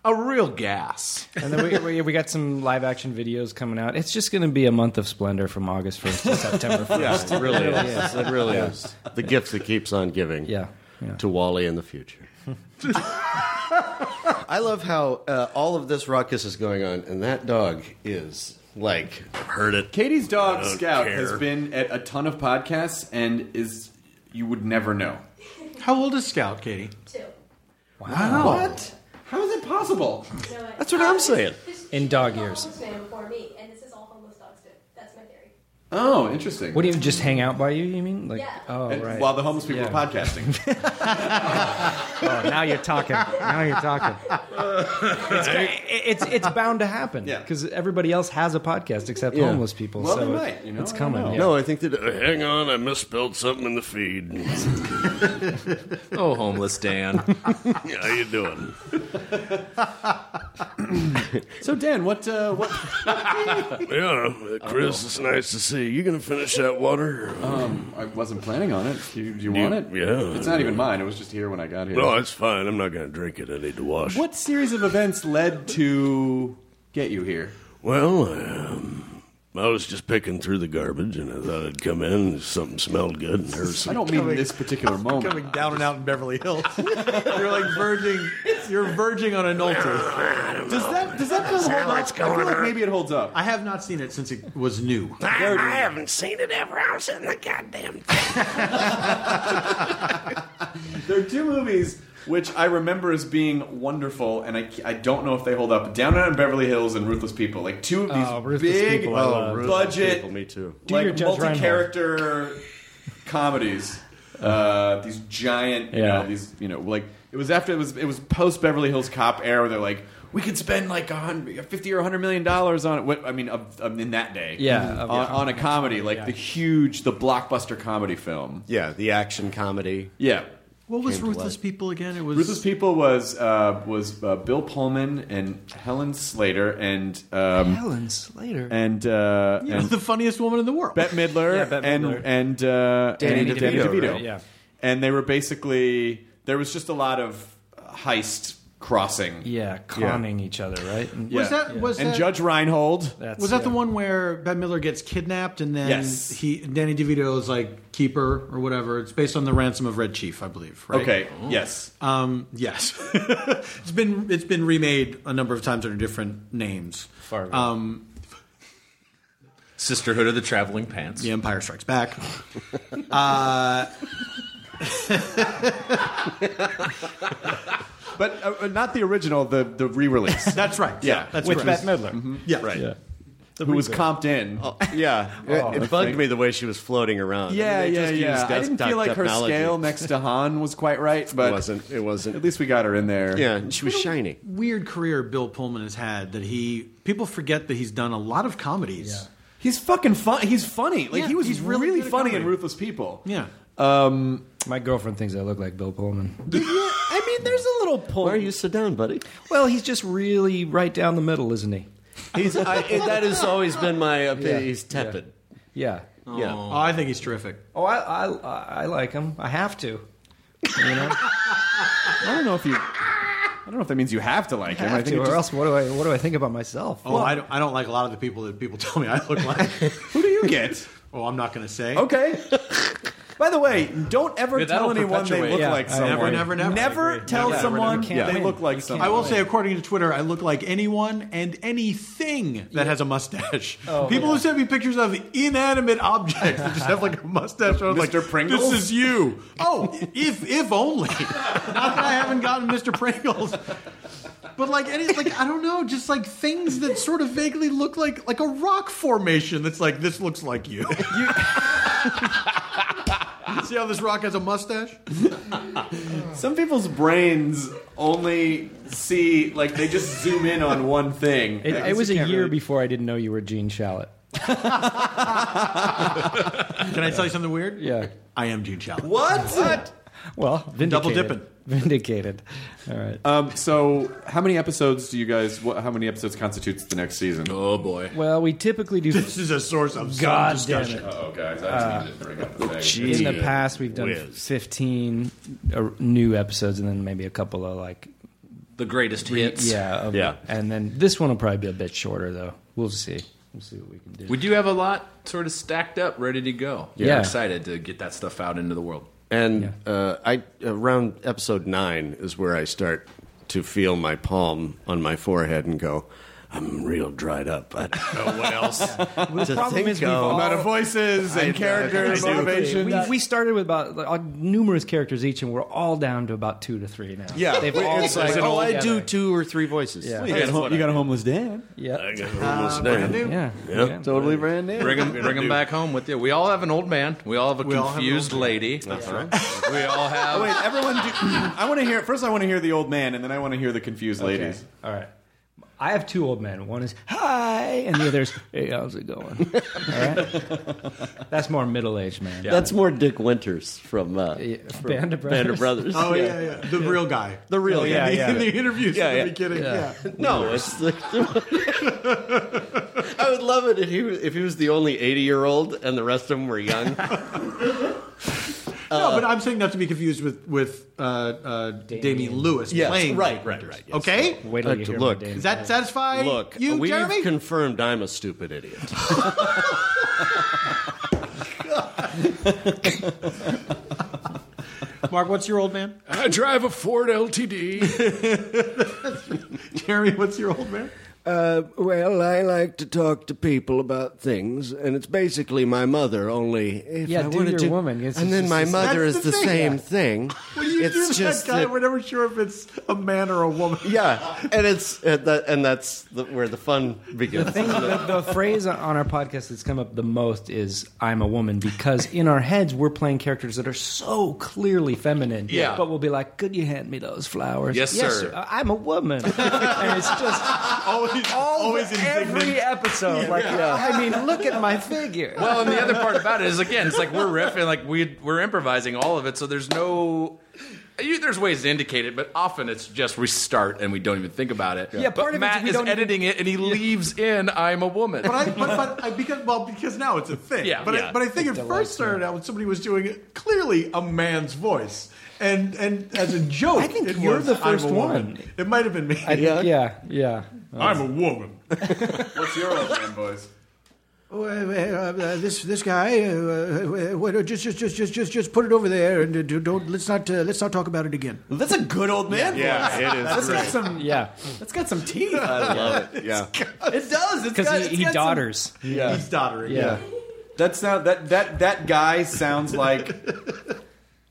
S14: a real gas.
S3: And then we, we, we got some live action videos coming out. It's just going to be a month of splendor from August 1st to September 1st.
S6: Yeah, it really is. It really is. The gift that keeps on giving.
S3: Yeah, yeah.
S6: To Wally in the future. I love how uh, all of this ruckus is going on, and that dog is like heard it.
S2: Katie's dog
S6: I don't
S2: Scout
S6: care.
S2: has been at a ton of podcasts and is you would never know.
S4: How old is Scout, Katie?
S3: Wow.
S2: What? How is it possible?
S6: That's what I'm saying.
S3: In dog years.
S15: for me, and this is all homeless dogs do. That's my theory.
S2: Oh, interesting.
S3: What do you just hang out by you? You mean like?
S15: Yeah.
S3: Oh
S2: And
S3: right.
S2: While the homeless people
S3: Yeah.
S2: are podcasting.
S3: Oh, now you're talking. Now you're talking. It's it's, it's bound to happen.
S2: Yeah.
S3: Because everybody else has a podcast except
S6: Yeah.
S3: homeless people.
S2: Well,
S3: so
S2: they
S3: it-
S2: might, you know,
S3: it's
S2: I don't
S3: coming.
S2: know.
S3: yeah.
S6: No, I think that. uh, hang on, I misspelled something in the feed.
S14: Oh, homeless Dan.
S6: How you doing?
S2: so Dan, what uh, what?
S16: Yeah, uh, Chris, it's nice to see you. You gonna finish that water?
S2: Um, I wasn't planning on it. Do you, do you
S16: You-
S2: want it?
S16: yeah.
S2: It's not even mine. It was just here when I got here.
S16: No, it's fine. I'm not gonna drink it. I need to wash.
S2: What series of events led to get you here?
S16: Well, um, I was just picking through the garbage, and I thought I'd come in. and Something smelled good, and there was some.
S4: I don't mean Coming- this
S2: particular
S4: Coming down and out in Beverly Hills. you're like verging. You're verging on adultery.
S2: Does that does that film hold up? I feel like maybe it holds up.
S4: I have not seen it since it was new.
S16: haven't seen it ever. I was in the goddamn.
S2: There are two movies which I remember as being wonderful, and I, I don't know if they hold up. Down and Out in Beverly Hills and Ruthless People, like two of these
S5: Oh, Ruthless
S2: big
S5: People, I
S2: budget,
S5: love. Ruthless People, me too. Do your
S2: like
S5: Judge Reinhold.
S2: multi-character comedies. Uh, these giant, you
S5: Yeah.
S2: know, these you know, like it was after it was it was post Beverly Hills Cop era. Where they're like, we could spend like a hundred, fifty or hundred million dollars on it. What I mean, of, of, in that day,
S5: Yeah,
S2: on,
S5: of-
S2: on a comedy like
S5: Yeah.
S2: the huge, the blockbuster comedy film.
S5: Yeah, the action comedy.
S2: Yeah,
S4: What was
S2: Came to
S4: Ruthless
S2: life.
S4: People again? It was
S2: Ruthless People was uh, was uh, Bill Pullman and Helen Slater and um,
S4: Helen Slater.
S2: and, uh,
S4: You know,
S2: and
S4: the funniest woman in the world.
S2: Bette Midler,
S4: Yeah, Bette Midler.
S2: and and uh,
S4: Danny
S2: and
S4: DeVito, right? Yeah.
S2: and they were basically there was just a lot of heist crossing,
S3: yeah, conning each other, right? And-
S2: Yeah.
S4: Was that- was
S2: and
S4: that-
S2: Judge Reinhold?
S4: was that the one where Bette Midler gets kidnapped and then
S2: Yes.
S4: he Danny DeVito is like keeper or whatever? It's based on the ransom of Red Chief, I believe. Right?
S2: Okay, Oh. yes.
S4: Um, yes. it's been it's been remade a number of times under different names.
S6: Fargo.
S4: Um,
S6: Sisterhood of the Traveling Pants.
S4: The Empire Strikes Back. uh,
S2: but uh, uh, not the original, the the re-release.
S4: That's right.
S2: Yeah,
S5: That's With right. Bette Midler.
S2: Mhm.
S4: Yeah,
S2: right.
S5: Yeah.
S2: Who was
S5: reboot.
S2: comped in?
S5: Yeah,
S2: Oh,
S5: it,
S2: I
S5: it bugged
S2: think-
S5: me the way she was floating around.
S2: Yeah,
S5: They
S2: yeah,
S5: just
S2: yeah.
S5: used
S2: I didn't
S5: desktop
S2: feel like her
S5: technology.
S2: scale next to Han was quite right, but it
S5: wasn't. It wasn't.
S2: At least we got her in there.
S5: Yeah, and she was shiny.
S4: weird career Bill Pullman has had that he people forget that he's done a lot of comedies.
S2: He's fucking fun. He's funny. Like
S4: Yeah,
S2: he was
S4: he's really
S2: really,
S4: good at
S2: funny in
S4: comedy.
S2: Ruthless People.
S4: Yeah.
S2: Um,
S3: my girlfriend thinks I look like Bill Pullman.
S2: I mean, there's a little pull.
S5: Why are you sit down, buddy?
S3: Well, he's just really right down the middle, isn't he?
S5: He's, I, it- that has always been my opinion. He's tepid.
S3: Yeah.
S5: Yeah.
S4: Oh, I think he's terrific.
S3: Oh, I, I, I like him. I have to. You know,
S2: I don't know if you. I don't know if that means you have to like him.
S3: have
S2: I think it
S3: to, or
S2: just-
S3: else what do I what do I think about myself?
S4: Oh, I, don't, I don't like a lot of the people that people tell me I look like. Who
S2: do you get?
S4: Oh, I'm not going to say.
S2: Okay. By the way, don't ever
S4: Yeah, that'll
S2: tell anyone they
S4: perpetuate.
S2: look
S4: Yeah,
S2: like
S4: I
S2: someone.
S4: agree. Never, never, never. I
S2: Never
S4: agree. Never,
S2: tell
S4: never.
S2: someone
S4: You can't
S2: they
S4: win.
S2: look like someone.
S4: I will say, according to Twitter, I look like anyone and anything that has a mustache.
S2: Oh,
S4: People
S2: yeah.
S4: who sent me pictures of inanimate objects that just have like a mustache. I was like,
S2: Mr. Pringles?
S4: This is you. Oh, if if only. Not that I haven't gotten Mr. Pringles. But like any like I don't know, just like things that sort of vaguely look like like a rock formation that's like this looks like you. See how this rock has a mustache?
S2: Some people's brains only see like they just zoom in on one thing.
S3: It,
S2: I guess
S3: it was a
S2: you
S3: year
S2: can't really-
S3: before I didn't know you were Gene Shalit.
S4: Can I tell you something weird?
S3: Yeah.
S4: I am Gene Shalit.
S2: What? What?
S3: Well, vindicated.
S4: Double dipping.
S3: Vindicated. All right.
S2: Um, so, how many episodes do you guys? What, how many episodes constitutes the next season?
S6: Oh boy!
S3: Well, we typically do.
S4: This is a source of some
S3: God
S4: discussion.
S5: Uh,
S3: Damn it.
S2: Uh-oh, guys, I just need to bring up the thing.
S3: Jeez. In the past, we've done
S2: Whiz.
S3: fifteen uh, new episodes, and then maybe a couple of like
S6: The greatest
S3: re-
S6: hits.
S3: Yeah, of-
S6: yeah.
S3: And then this one will probably be a bit shorter, though. We'll see. We'll see what we can do.
S6: We do have a lot sort of stacked up, ready to go.
S5: Yeah.
S6: We're excited to get that stuff out into the world.
S5: And uh, I around episode nine is where I start to feel my palm on my forehead and go, I'm real dried up. I don't know what else. to think of.
S2: amount of voices and characters, motivation.
S3: We, we started with about like, uh, numerous characters each, and we're all down to about two to three now. they've all cycled
S5: oh, I
S3: together.
S5: do two or three voices.
S3: Yeah.
S2: Well, you, got a hom- you got a homeless dad.
S3: Yeah,
S5: I got
S6: homeless Uh, dad. brand new.
S3: Yeah,
S6: Yeah.
S2: totally brand new.
S6: Bring them, bring 'em back home with you. We all have an old man. We all have a
S2: We all have an old
S6: confused
S2: man.
S6: lady. That's right. We all have.
S2: Oh, wait, everyone. Do, I want to hear first. I want to hear the old man, and then I want to hear the confused ladies.
S3: All right. I have two old men. One is hi, and the other is hey, how's it going? All right? That's more middle aged man.
S17: That's more Dick Winters from, uh, from
S3: Band of Brothers.
S17: Brothers.
S4: Oh, yeah, yeah. The real guy.
S17: The real
S4: Oh,
S17: guy.
S4: yeah, yeah. In the interviews at the beginning, yeah.
S17: No,
S4: Yeah.
S17: it's the.
S2: Oh, I would love it if he was, if he was the only 80 year old and the rest of them were young.
S4: no, but I'm saying not to be confused with with uh, uh, Damien, Lewis
S2: Yes,
S4: playing.
S2: right,
S4: Winters.
S2: right, right, yes.
S4: Okay.
S2: Wait till Uh, you hear look. about Damien
S4: Does that
S2: Lewis.
S4: satisfy
S2: Look,
S4: you,
S2: we've
S4: Jeremy?
S2: confirmed I'm a stupid idiot.
S4: Mark, what's your old man?
S18: I drive a Ford LTD.
S4: Jeremy, what's your old man?
S19: Uh, well, I like to talk to people about things, and it's basically my mother. Only if
S2: Yeah,
S19: I
S2: do
S19: wanted
S2: your
S19: to,
S2: woman. It's
S19: and then
S2: just
S19: my
S2: the-
S19: mother
S2: That's
S19: is
S2: the
S19: the,
S2: thing.
S19: same
S2: Yeah.
S19: thing.
S4: When you
S19: it's
S4: do that,
S19: just
S4: guy,
S19: that-
S4: we're never sure if it's a man or a woman.
S2: yeah, and it's and, that, and that's the, where the fun begins.
S3: The thing, the, the phrase on our podcast that's come up the most is "I'm a woman" because in our heads we're playing characters that are so clearly feminine.
S20: Yeah.
S3: But we'll be like, "Could you hand me those flowers?"
S20: Yes, sir.
S3: I- I'm a woman, and it's just
S4: always,
S3: always every episode. Like,
S21: Yeah.
S3: I mean, look at my figure.
S21: Well, and the other part about it is again, it's like we're riffing, like we we're improvising all of it, so there's no. You, there's ways to indicate it, but often it's just we start and we don't even think about it.
S4: Yeah,
S21: but
S4: part of it is
S21: Matt
S4: we
S21: is
S4: don't even-
S21: editing it and he leaves in "I'm a woman."
S4: But I, but, but I, because well, because now it's a thing.
S21: Yeah,
S4: but
S21: yeah.
S4: I, but I think
S21: It
S4: it first
S21: delights me.
S4: started out when somebody was doing it, clearly a man's voice, and and as a joke, I think it
S3: you're
S4: was,
S3: the
S4: "I'm a
S3: first
S4: woman."
S3: one.
S4: It might have been me.
S3: I think, yeah, yeah.
S4: I'm a woman.
S5: What's your old man voice?
S22: Oh, uh, uh, this this guy, uh, uh, uh, just just just just just just put it over there, and uh, do- don't let's not uh, let's not talk about it again.
S4: That's a good old man.
S22: Yeah,
S4: voice.
S22: it is
S4: That's got
S22: great.
S4: some.
S3: Yeah,
S4: that's got some teeth.
S5: I love it. Yeah.
S4: It does. It's
S5: 'Cause
S4: got-
S5: he-
S4: it's
S5: he
S4: got some-
S5: dodders. Yeah.
S4: he's doddering.
S5: Yeah. That sound that that that guy sounds like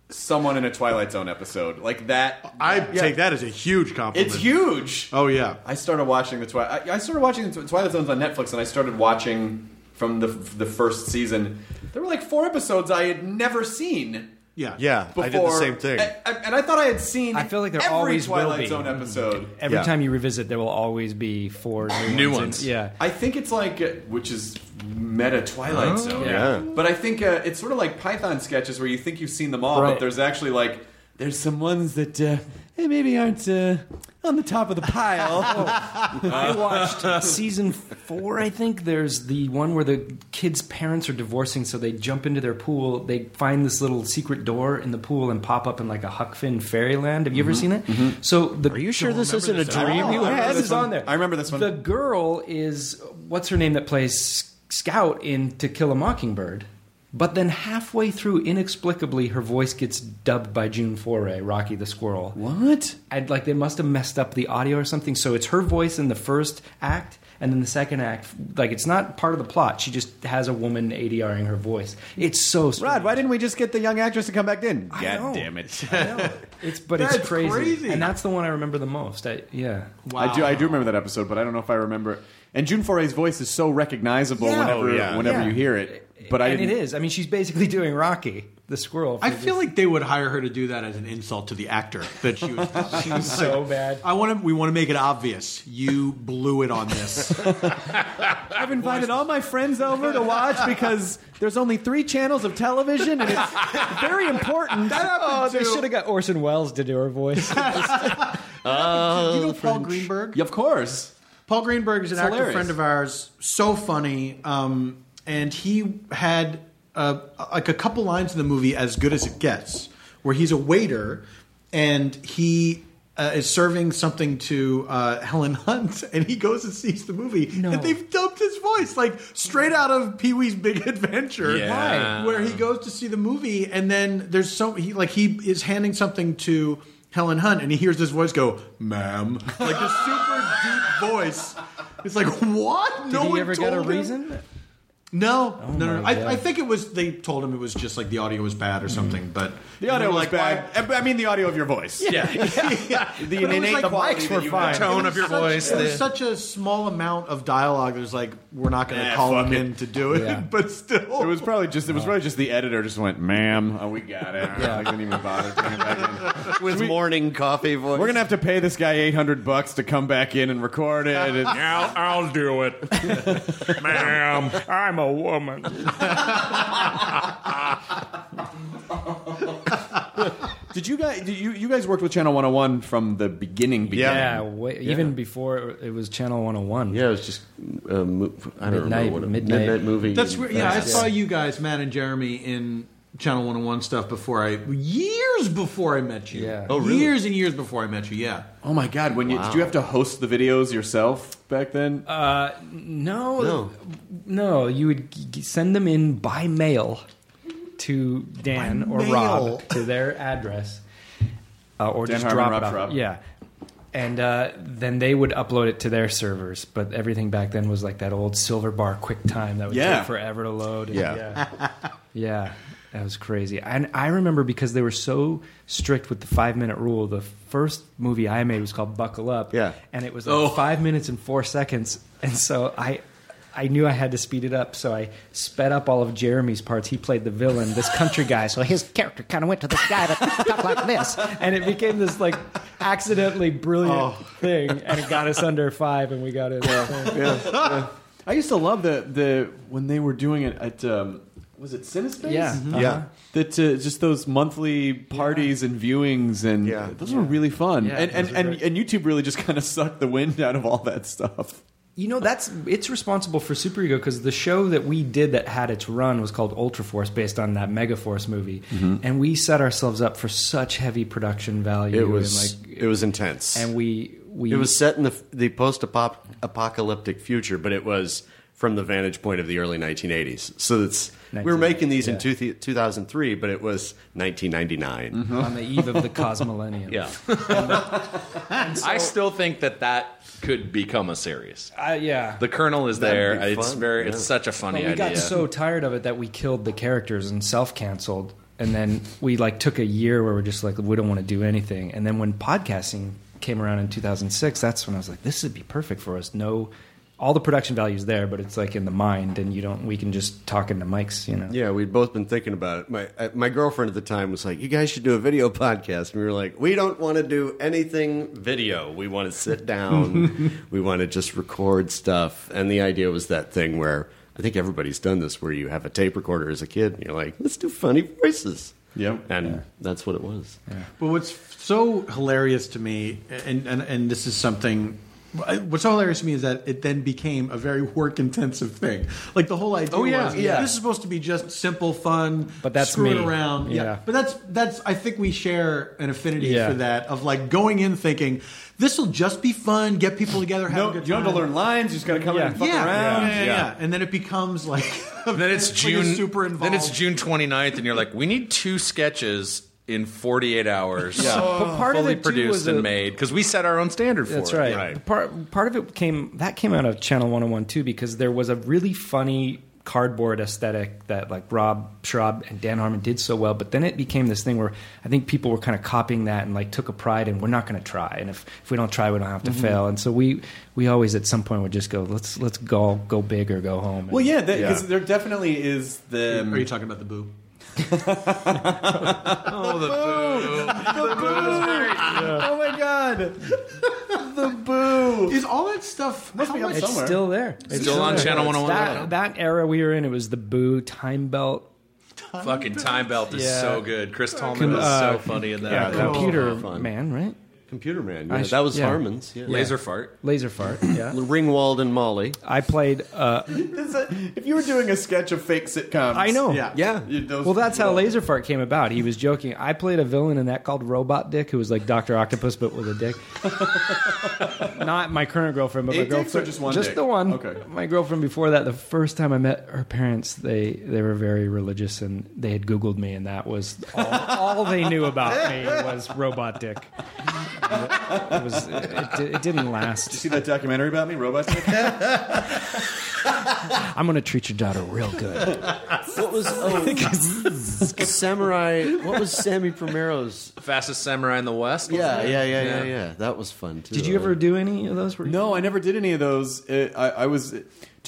S5: someone in a Twilight Zone episode. Like that.
S4: I
S5: take
S4: that as a huge compliment.
S5: It's huge.
S4: Oh yeah.
S5: I started watching the Twilight. I started watching the Twi- Twilight Zones on Netflix, and I started watching from the the first season. There were like four episodes I had never seen.
S4: Yeah.
S2: Yeah,
S5: Before,
S2: I did the same thing.
S5: And, and I thought I had seen. I feel like
S3: there
S5: every
S3: always will
S5: Twilight
S3: be. Mm-hmm.
S5: Zone episode.
S3: Every time you revisit, there will always be four new,
S5: New
S3: ones.
S5: ones.
S3: And, yeah.
S5: I think it's like, uh, which is meta Twilight
S3: Oh.
S5: Zone.
S3: Yeah.
S5: But I think uh, it's sort of like Python sketches where you think you've seen them all, but
S23: Right.
S5: there's actually like, there's some ones that. Uh,
S23: They maybe aren't uh, on the top of the pile.
S3: I watched season four. I think there's the one where the kids' parents are divorcing, so they jump into their pool. They find this little secret door in the pool and pop up in like a Huck Finn fairyland. Have you ever
S5: Mhm,
S3: seen it? So the are you
S2: sure this isn't a dream you had?
S3: This is on there.
S5: I remember this one.
S3: The girl is what's her name that plays S- Scout in To Kill a Mockingbird. But then halfway through, inexplicably, her voice gets dubbed by June Foray, Rocky the Squirrel.
S5: What?
S3: I'd like they must have messed up the audio or something. So it's her voice in the first act, and then the second act, like it's not part of the plot. She just has a woman ADRing her voice. It's so strange.
S5: Rod, why didn't we just get the young actress to come back in? God
S3: know.
S5: damn it!
S3: It's but
S5: That's
S3: it's crazy.
S5: crazy.
S3: and that's the one I remember the most. I, yeah,
S5: I do. I do remember that episode, but I don't know if I remember. And June Foray's voice is so recognizable
S3: Yeah.
S5: whenever
S3: Oh, yeah.
S5: whenever
S3: Yeah.
S5: you hear it. But I
S3: and
S5: didn't,
S3: it is. I mean, she's basically doing Rocky the squirrel.
S4: I feel like they would hire her to do that as an insult to the actor that she was.
S3: She was so bad.
S4: I want to. We want to make it obvious. You blew it on this.
S23: I've invited all my friends over to watch because there's only three channels of television and it's very important.
S3: oh, they should have got Orson Welles to do her voice.
S4: Do you know Paul Greenberg?
S5: of course.
S4: Paul Greenberg is an
S3: It's
S4: actor
S3: hilarious.
S4: friend of ours. So funny, um, and he had uh, like a couple lines in the movie "As Good as It Gets," where he's a waiter and he. Uh, is serving something to uh, Helen Hunt, and he goes and sees the movie, and they've dubbed his voice like straight out of Pee Wee's Big Adventure,
S21: Yeah. Why?
S4: where he goes to see the movie, and then there's so he like he is handing something to Helen Hunt, and he hears this voice go, "Ma'am," like this super deep voice. It's like what?
S3: Did
S4: no
S3: he
S4: one
S3: ever get a
S4: told him?
S3: reason?
S4: No, no, no. no.
S3: my God.
S4: I, I think it was they told him it was just like the audio was bad or something, but
S5: The audio
S4: they were
S5: was bad. I mean, the audio of your voice.
S4: Yeah, But it was
S5: innate
S4: like-
S5: quality that you have. The tone
S4: It was
S5: of your
S4: such-
S5: voice,
S4: It
S5: the-
S4: was such a small amount of dialogue. There's like we're not going to
S5: Eh,
S4: call
S5: fuck
S4: him
S5: it.
S4: in to do it,
S5: Yeah.
S4: but still,
S5: It was probably just. It was probably just the editor just went, "Ma'am, oh, we got it."
S4: Yeah.
S5: I didn't even bother. bringing it back in.
S2: with morning coffee voice.
S23: We're gonna have to pay this guy eight hundred bucks to come back in and record it.
S18: I'll, I'll do it. Ma'am, Um, I'm a woman.
S23: Did you guys? Did you you guys worked with
S5: oh
S23: Channel One Hundred One from the beginning? beginning.
S3: Yeah, way, even before it was Channel 101.
S2: Yeah, it was just uh, mo- I don't
S3: Midnight-
S2: remember what it,
S3: midnight.
S2: movie.
S4: That's weird. Yeah, I
S2: Fast.
S4: saw you guys, Matt and Jeremy, in Channel 101 stuff before I years before I met you. Yeah.
S23: Oh, really?
S4: Years and years before I met you. Yeah.
S23: Oh my god! When you
S4: Wow.
S23: did you have to host the videos yourself back then?
S3: Uh, no,
S23: No.
S3: no, You would g- g- send them in by mail to Dan
S4: By
S3: or
S4: mail.
S3: Rob to their address, uh, or
S23: Dan
S3: just
S23: Harmon,
S3: drop
S23: Rob
S3: it off.
S23: Schraub.
S3: Yeah, and uh, then they would upload it to their servers. But everything back then was like that old silver bar QuickTime that would
S23: Yeah.
S3: take forever to load. and-
S23: Yeah.
S3: yeah, Yeah, That was crazy. And I remember because they were so strict with the five minute rule. The first movie I made was called Buckle Up. Yeah. And it was like five minutes and four seconds. And so I I knew I had to speed it up. So I sped up all of Jeremy's parts. He played the villain, this country guy. So his character kind of went to this guy that talked like this. And it became this like accidentally brilliant thing. And it got us under five and we got it.
S23: yeah, yeah. I used to love the the when they were doing it at um, was it CineSpace?
S3: Yeah. Mhm. Uh-huh.
S23: That uh, just those monthly parties and viewings and those were really fun.
S3: Yeah,
S23: and and,
S3: those were
S23: and, and YouTube really just kind of sucked the wind out of all that stuff.
S3: You know, that's it's responsible for Superego because the show that we did that had its run was called Ultra Force, based on that Megaforce movie,
S2: Mm-hmm.
S3: and we set ourselves up for such heavy production value.
S2: It was
S3: and like,
S2: it was intense,
S3: and we we
S2: it was set in the the post apocalyptic future, but it was from the vantage point of the early 1980s. So it's we were making these in two, 2003, but it was 1999
S3: on the eve of the Cosmillennium.
S2: Yeah.
S21: I still think that that could become a series.
S3: Uh, yeah.
S21: The Colonel is there.
S3: That'd be
S21: It's
S3: fun,
S21: very.
S3: yeah.
S21: It's such a funny
S3: But we
S21: idea.
S3: got so tired of it that we killed the characters and self canceled, and then we like took a year where we're just like we don't want to do anything, and then when podcasting came around in 2006, that's when I was like, this would be perfect for us. No, all the production value's there, but it's like in the mind, and you don't. We can just talk into mics, you know.
S2: Yeah, we'd both been thinking about it. My uh, my girlfriend at the time was like, "You guys should do a video podcast." And we were like, "We don't want to do anything video. We want to sit down. we want to just record stuff." And the idea was that thing where I think everybody's done this, where you have a tape recorder as a kid, and you're like, "Let's do funny voices."
S23: Yep.
S2: And that's what it was.
S4: But what's so hilarious to me, and and, and this is something. What's so hilarious to me is that it then became a very work intensive thing. Like the whole idea
S23: Oh, yeah,
S4: was,
S23: yeah.
S4: this is supposed to be just simple fun,
S3: But that's
S4: screwing
S3: me.
S4: around. Yeah.
S3: Yeah.
S4: but that's that's I think we share an affinity
S3: Yeah.
S4: for that of like going in thinking this will just be fun, get people together, have a
S23: No,
S4: good
S23: you don't have to
S4: time."
S23: learn lines. You just got to come in and fuck
S4: yeah.
S23: around.
S4: Yeah, yeah,
S21: Yeah.
S4: yeah. and then it becomes like
S21: then it's
S4: like a
S21: June.
S4: super
S21: Then it's
S4: involved-
S21: June 29th, and you're like, we need two sketches in 48 hours.
S3: Yeah. But part of
S21: fully
S3: it, too,
S21: produced
S3: was
S21: and
S3: a-
S21: made because we set our own standard for
S3: That's
S21: it.
S3: right. Part part of it came that came out of Channel 101 too because there was a really funny cardboard aesthetic that like Rob Schraub and Dan Harmon did so well, but then it became this thing where I think people were kind of copying that and like took a pride in we're not going to try, and if, if we don't try, we don't have to
S23: Mhm.
S3: fail, and so we we always at some point would just go let's let's go go big or go home.
S23: Well, yeah, because
S3: Yeah.
S23: there definitely is the. um,
S4: Are you talking about the boo?
S23: oh, the boo! The boo! Oh my god! The boo!
S4: Is all that stuff must
S23: be up
S3: It's still there.
S21: It's still on Channel 101.
S3: That, that era we were in, it was the Boo Time Belt.
S21: Fucking time belt is
S3: Yeah.
S21: so good. Chris Tallman
S3: Com-
S21: was
S3: uh,
S21: so funny in that.
S3: yeah,
S21: That was
S3: computer
S21: so fun.
S3: man, right?
S2: Computer man.
S3: I
S2: yeah.
S3: sh-
S2: that was
S3: yeah.
S2: Harmon's. Yeah.
S21: Laser fart.
S3: Laser fart. Yeah.
S2: Ringwald and Molly.
S3: I played. Uh,
S23: That's a- if you were doing a sketch of fake sitcoms,
S3: I know.
S23: Yeah, You- those-
S3: well, that's how
S23: you know.
S3: Laser Fart came about. He was joking. I played a villain in that called Robot Dick, who was like Doctor Octopus, but with a dick. Not my current girlfriend, but my
S23: Eight dicks or
S3: girlfriend.
S23: just one dick?
S3: the one.
S23: Okay.
S3: My girlfriend before that. The first time I met her parents, they they were very religious, and they had Googled me, and that was all, all they knew about me was Robot Dick. it, was, it, di- it didn't last.
S5: Did you see that documentary about me, Robots?
S3: I'm going to treat your daughter real good.
S2: what was oh, samurai? What was Sammy Primero's?
S21: Fastest samurai in the West.
S2: Yeah, yeah, yeah, yeah, yeah. That was fun too.
S3: do any of those?
S5: No, I never did any of those. Uh, I, I was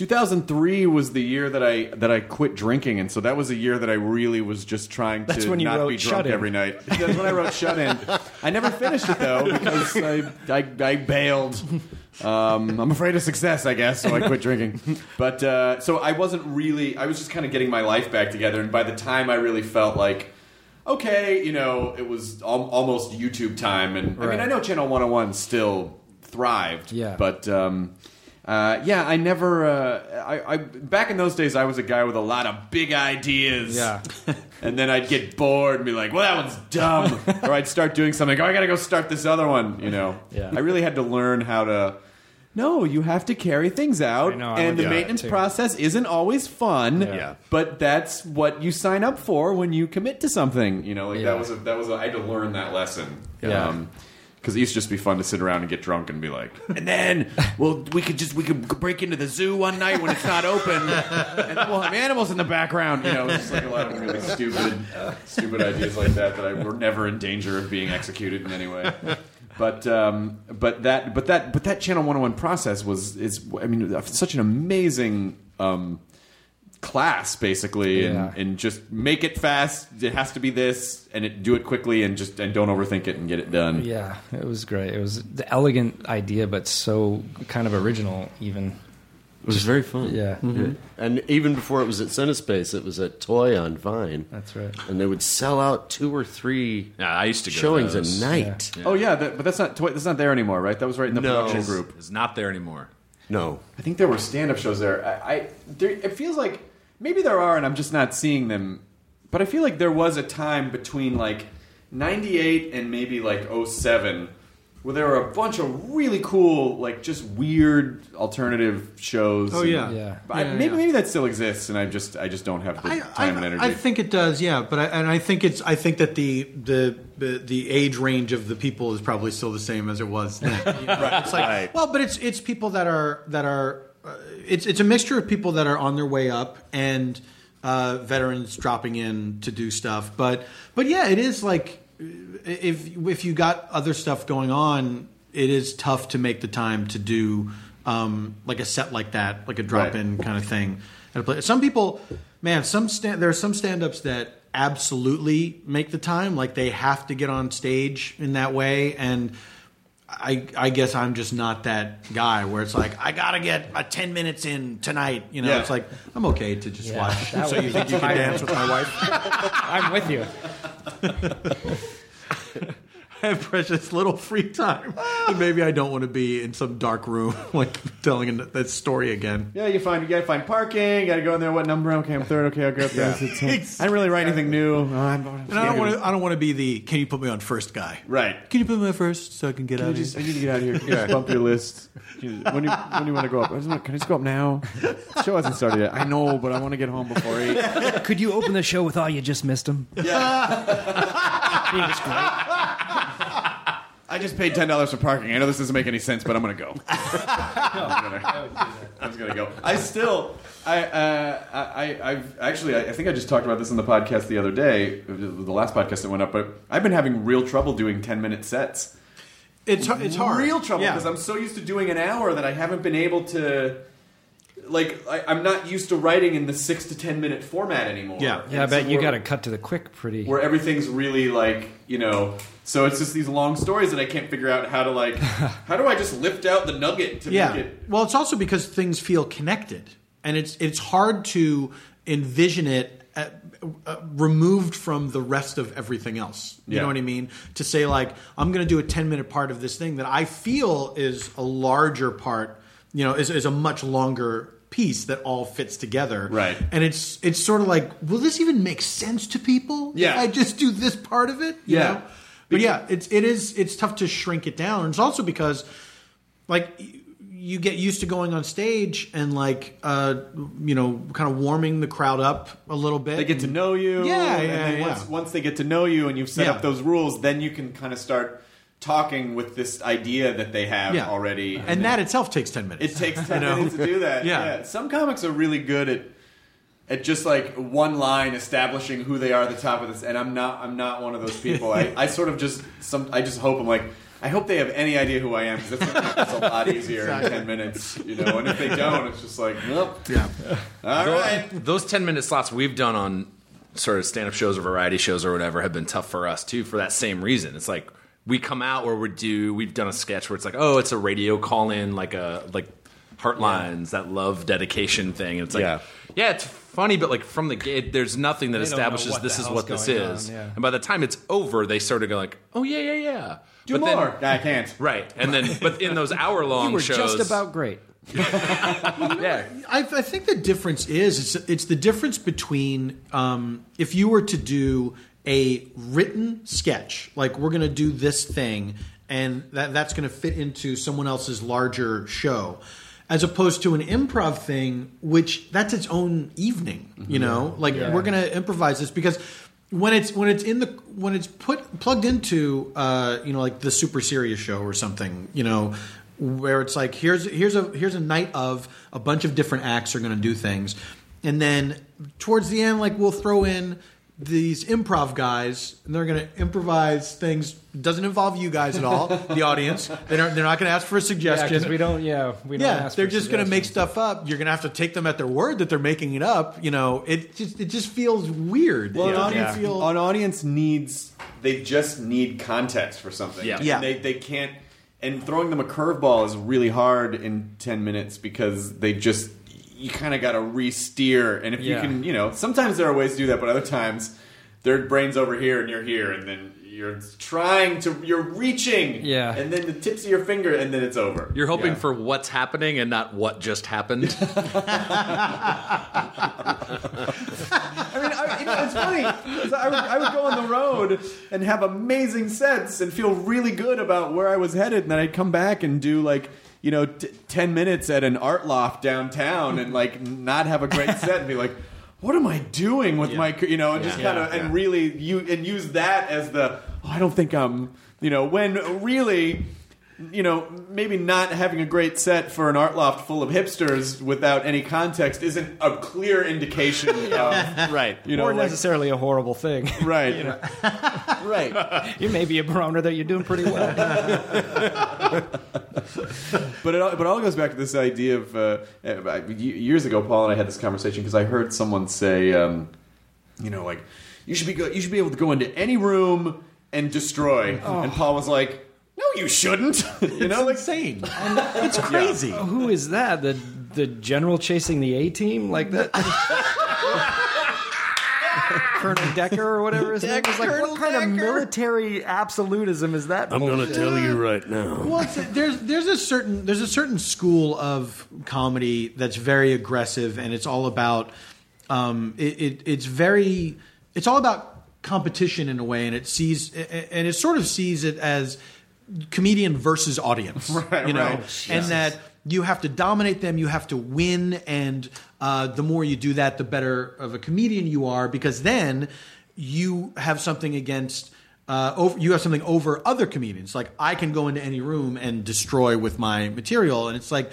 S5: 2003 was the year that I that I quit drinking, and so that was a year that I really was just trying
S3: That's
S5: to
S3: when you
S5: not
S3: wrote
S5: be drunk
S3: Shut In.
S5: every night. That's when I wrote Shut In. I never finished it though because I I, I bailed. Um, I'm afraid of success, I guess, so I quit drinking. But uh, so I wasn't really. I was just kind of getting my life back together, and by the time I really felt like okay, you know, it was al- almost YouTube time, and I mean,
S3: Right.
S5: I know Channel 101 still thrived,
S3: Yeah.
S5: but um, uh, yeah, I never. Uh, I, I back in those days, I was a guy with a lot of big ideas,
S3: Yeah.
S5: and then I'd get bored and be like, "Well, that one's dumb," or I'd start doing something. Oh, I gotta go start this other one. You know,
S3: Yeah.
S5: I really had to learn how to. No, you have to carry things out,
S3: know, I
S5: and
S3: went
S5: the
S3: through that
S5: maintenance
S3: too.
S5: process isn't always fun.
S3: Yeah. Yeah.
S5: But that's what you sign up for when you commit to something. You know, like
S3: Yeah.
S5: that was a, that was a, I had to learn that lesson.
S3: Yeah.
S5: because it used to just be fun to sit around and get drunk and be like,
S23: And then, well, we could just we could break into the zoo one night when it's not open, and we'll have animals in the background.
S5: you know, just like a lot of really stupid, stupid ideas like that that I were never in danger of being executed in any way. But um, but that but that but that Channel 101 process was is I mean uh, such an amazing um, class basically
S3: Yeah.
S5: and, and just make it fast. It has to be this and it, do it quickly and just and don't overthink it and get it done.
S3: Yeah, it was great. It was the elegant idea, but so kind of original, even.
S2: It was very fun.
S3: Yeah. Mm-hmm.
S2: Yeah. And even before it was at Cinespace, it was at Toy on Vine.
S3: That's right.
S2: And they would sell out two or three
S21: yeah, I used to go to
S2: showings
S21: those.
S2: a night.
S5: Oh yeah, that, but that's not twi- that's not there anymore, right? That was right in the production group.
S21: It's not there anymore.
S2: No,
S5: I think there were stand-up shows there. I, I there, it feels like maybe there are, and I'm just not seeing them. But I feel like there was a time between like '98 and maybe like 07 where there were a bunch of really cool, like just weird alternative shows.
S4: Oh,
S5: and-
S4: yeah. Yeah.
S5: But I-
S4: Yeah,
S5: maybe
S4: yeah.
S5: maybe that still exists, and I just I just don't have the time and energy.
S4: I think it does, yeah. But I, and I think it's I think that the the the- the age range of the people is probably still the same as it was then. You know, it's like well, but it's it's people that are that are uh, it's it's a mixture of people that are on their way up and uh, veterans dropping in to do stuff. But but yeah, it is like uh, if if you got other stuff going on, it is tough to make the time to do um, like a set like that, like a drop in kind of thing. At a place. Some people, man, some stand, there are some stand ups that absolutely make the time, like they have to get on stage in that way and. I, I guess I'm just not that guy where it's like I gotta get a ten minutes in tonight. You know,
S3: Yeah.
S4: it's like I'm okay to just
S3: Yeah,
S4: watch.
S3: that
S4: So
S3: would
S4: you
S3: be
S4: think you
S3: my
S4: can dance
S3: way.
S4: with my wife?
S3: I'm with you.
S4: I have precious little free time, and maybe I don't want to be in some dark room like telling an- that story again.
S5: yeah, you find you gotta find parking. You gotta go in there. What number? Okay, I'm third. Okay, I'll go up there.
S4: Yeah.
S5: I didn't really write anything new. Oh, I'm,
S4: And I don't want to. I don't want to be the. Can you put me on first guy?
S5: Right.
S4: Can you put me on first so I can get
S5: Can
S4: out?
S5: I
S4: of
S5: just-
S4: here?
S5: I need to get out of here. Can you just bump your list? Can you- when do you, when do you want to go up? I just want, can I just go up now? The show hasn't started yet. I know, but I want to get home before eight.
S20: Could you open the show with all you just missed him?
S5: I just paid ten dollars for parking. I know this doesn't make any sense, but I'm gonna go. I'm, gonna, I'm just gonna go. I still, I, uh, I, I- I've actually, I, I think I just talked about this on the podcast the other day, the last podcast that went up. But I've been having real trouble doing ten minute sets.
S4: It's it's hard.
S5: Real trouble
S4: Yeah.
S5: because I'm so used to doing an hour that I haven't been able to. Like I, I'm not used to writing in the six to ten minute format anymore.
S3: Yeah, I
S5: And
S3: bet
S5: so
S3: you
S5: we're-
S3: got to cut to the quick pretty.
S5: where everything's really like you know so it's just these long stories that i can't figure out how to like how do i just lift out the nugget to
S4: yeah.
S5: make it
S4: Well, it's also because things feel connected, and it's it's hard to envision it uh, uh, removed from the rest of everything else. You
S5: Yeah.
S4: know what I mean? To say like I'm going to do a 10 minute part of this thing that I feel is a larger part. You know, is is a much longer piece that all fits together.
S5: Right.
S4: And it's it's sort of like, will this even make sense to people?
S5: Yeah.
S4: If I just do this part of it. You
S5: Yeah.
S4: Know? But yeah, it's it is it's tough to shrink it down. And it's also because like y- you get used to going on stage and like uh you know kind of warming the crowd up a little bit
S5: they get to know you
S4: yeah
S5: and
S4: yeah,
S5: then
S4: yeah.
S5: Once, once they get to know you and you've set
S4: Yeah.
S5: up those rules then you can kind of start talking with this idea that they have
S4: Yeah.
S5: already,
S4: and that itself takes ten minutes.
S5: it takes ten
S4: You know?
S5: minutes to do that.
S4: Yeah.
S5: yeah, some comics are really good at at just like one line establishing who they are at the top of this. And I'm not I'm not one of those people. I, I sort of just some I just hope I'm like. I hope they have any idea who I am because that's gonna make this a lot easier
S21: Exactly.
S5: in ten minutes, you know. And if they don't, it's just like, nope.
S4: Yeah.
S5: All
S21: Tho-
S5: right.
S21: Those 10 minute slots we've done on sort of stand up shows or variety shows or whatever have been tough for us too for that same reason. It's like we come out where we do, we've done a sketch where it's like, oh, it's a radio call in, like a, like Heartlines, that love dedication thing. And it's like,
S2: Yeah.
S21: yeah, it's funny, but like from the gate, there's nothing that
S2: They don't know
S21: establishes
S2: what the
S21: this is
S2: hell's
S21: what this
S2: going
S21: is.
S2: on, yeah.
S21: And by the time it's over, they sort of go like, oh, yeah, yeah, yeah.
S5: Do more. I can't.
S21: Right. And then, but in those hour long
S3: you were
S21: shows.
S3: just about great.
S4: I, I think the difference is it's, it's the difference between um, if you were to do a written sketch, like we're going to do this thing, and that, that's going to fit into someone else's larger show, as opposed to an improv thing, which that's its own evening.
S5: Mm-hmm.
S4: You know, like
S22: Yeah.
S4: we're going to improvise this because when it's when it's in the when it's put plugged into uh, you know like the super serious show or something, you know, where it's like here's here's a here's a night of a bunch of different acts are going to do things, and then towards the end, like we'll throw in these improv guys and they're going to improvise things doesn't involve you guys at all the audience they don't they're not going to ask for
S3: Yeah,
S4: suggestions
S3: because we don't. Yeah, we don't.
S4: yeah,
S3: ask
S4: they're
S3: for
S4: just going to make
S3: suggestions.
S4: stuff up. You're going to have to take them at their word that they're making it up. You know, it just it just feels weird.
S5: Well,
S4: you
S5: an,
S4: know?
S5: audience, an audience needs they just need context for something.
S4: Yeah.
S5: And
S4: Yeah.
S5: They they can't and throwing them a curveball is really hard in ten minutes because they just you kind of got to re-steer. And if
S2: Yeah.
S5: you can, you know, sometimes there are ways to do that, but other times their brain's over here and you're here, and then you're trying to you're reaching,
S21: Yeah.
S5: and then the tips of your finger, and then it's over.
S21: You're hoping
S5: Yeah.
S21: for what's happening and not what just happened.
S5: I mean, I, you know, it's funny. So I, would, I would go on the road and have amazing sets and feel really good about where I was headed, and then I'd come back and do like you know t- ten minutes at an art loft downtown, and like not have a great set, and be like. What am I doing with my, cr-" you know, and just
S2: Yeah.
S5: kind of,
S2: Yeah.
S5: and really, you and use that as the, oh, I don't think I'm, you know, when really, you know, maybe not having a great set for an art loft full of hipsters without any context isn't a clear indication of, right, you know,
S3: or
S5: like,
S3: necessarily a horrible thing.
S5: Right.
S3: you know,
S5: right.
S3: You may be a barometer that you're doing pretty well.
S5: but it all, but it all goes back to this idea of uh, uh, y- years ago. Paul and I had this conversation because I heard someone say, um, you know, like you should be go- you should be able to go into any room and destroy.
S3: Oh.
S5: And Paul was like, no, you shouldn't. you know, like
S4: insane.
S3: It's
S5: crazy.
S3: Oh, Who is that? The the general chasing the A team like that? Colonel Decker or whatever his name is. Like, what kind of military absolutism is that?
S19: I'm going to tell you right now.
S4: Well, it's, there's there's a certain there's a certain school of comedy that's very aggressive, and it's all about um, it, it. It's very it's all about competition in a way, and it sees and it sort of sees it as comedian versus audience,
S22: Right,
S4: you know,
S22: right.
S4: and
S22: Jesus.
S4: that you have to dominate them, you have to win, and uh, the more you do that, the better of a comedian you are, because then you have something against. Uh, over, you have something over other comedians. Like I can go into any room and destroy with my material, and it's like,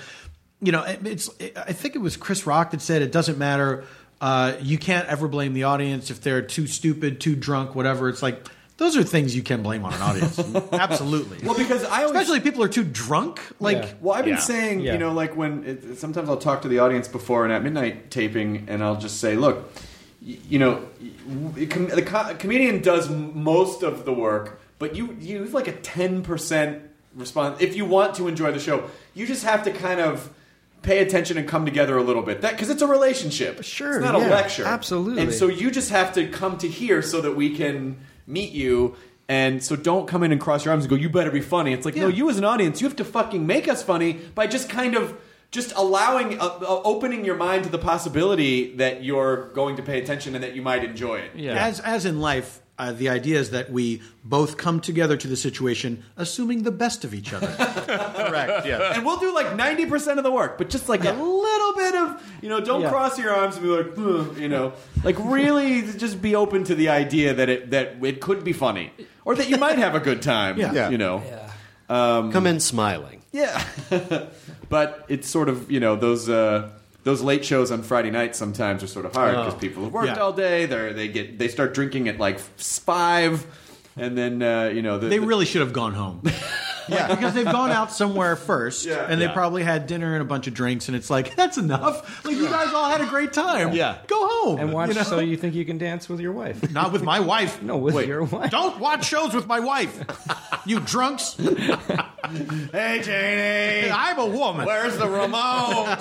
S4: you know, it- it's. It, I think it was Chris Rock that said it doesn't matter. Uh, you can't ever blame the audience if they're too stupid, too drunk, whatever. It's like those are things you can blame on an audience. Absolutely.
S5: Well, because I always
S4: especially people are too drunk. Like,
S5: well, I've been saying, you know, like when it, sometimes I'll talk to the audience before and at midnight taping, and I'll just say, look, y- you know, y- com- the co- comedian does m- most of the work, but you you have like a ten percent response. If you want to enjoy the show, you just have to kind of pay attention and come together a little bit. That because it's a relationship. Sure, it's not a
S3: yeah,
S5: lecture.
S3: absolutely.
S5: And so you just have to come to here so that we can meet you. And so don't come in and cross your arms and go, you better be funny. It's like, no, you as an audience, you have to fucking make us funny by just kind of just allowing, uh, uh, opening your mind to the possibility that you're going to pay attention and that you might enjoy it.
S4: As as in life, uh, the idea is that we both come together to the situation, assuming the best of each other.
S5: Correct. Yeah. And we'll do like 90% of the work, but just like a little bit of You know, don't
S23: Yeah.
S5: cross your arms and be like, "Huh," you know, like really just be open to the idea that it that it could be funny or that you might have a good time.
S2: Yeah. Yeah.
S5: you know, um,
S2: come in smiling.
S5: Yeah, but it's sort of you know those uh, those late shows on Friday night sometimes are sort of hard because
S23: Oh.
S5: people have worked
S23: Yeah.
S5: all day. They they get they start drinking at like five, and then uh, you know the,
S4: They really should have gone home. yeah, because they've gone out somewhere first, and they
S5: Yeah.
S4: probably had dinner and a bunch of drinks, and it's like that's enough. Like you guys all had a great time.
S3: Yeah.
S4: go home
S3: And watch
S4: you know?
S3: So You Think You Can Dance with Your Wife.
S4: Not with my wife.
S3: No, with your wife.
S4: Don't watch shows with my wife. You drunks.
S5: hey, Janie.
S4: I'm a woman.
S5: Where's the remote?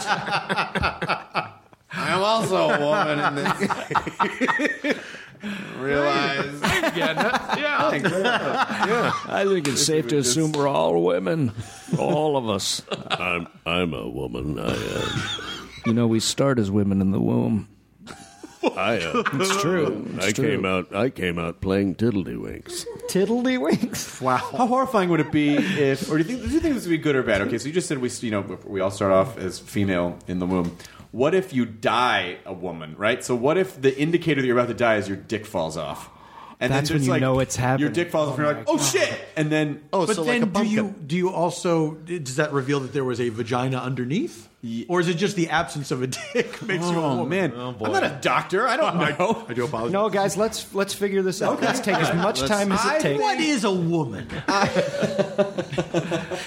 S5: I'm also a woman in
S23: this.
S5: Realize.
S23: Yeah.
S18: I think it's safe to assume we're all women. All of us.
S19: I'm I'm a woman. I am.
S20: You know, we start as women in the womb.
S19: I am.
S20: It's true. It's
S19: I
S20: true.
S19: came out. I came out playing tiddledywinks.
S3: Tiddledywinks.
S5: Wow. How horrifying would it be if, or do you think, do you think this would be good or bad? Okay, so you just said we, you know, we all start off as female in the womb. What if you die a woman, right? So what if the indicator that you're about to die is your dick falls off?
S3: That's
S5: there's,
S3: when you
S5: like,
S3: know it's happening.
S5: Your dick falls off, and you're like, oh shit! And then, oh,
S4: but then do you do you also does that reveal that there was a vagina underneath, or is it just the absence of a dick makes you a
S5: Oh,
S4: woman?
S5: man.
S4: Oh,
S5: I'm not a doctor. I don't know.
S4: I do apologize.
S3: No, guys, let's let's figure this out. Let's take as much time as it takes.
S4: What is a woman?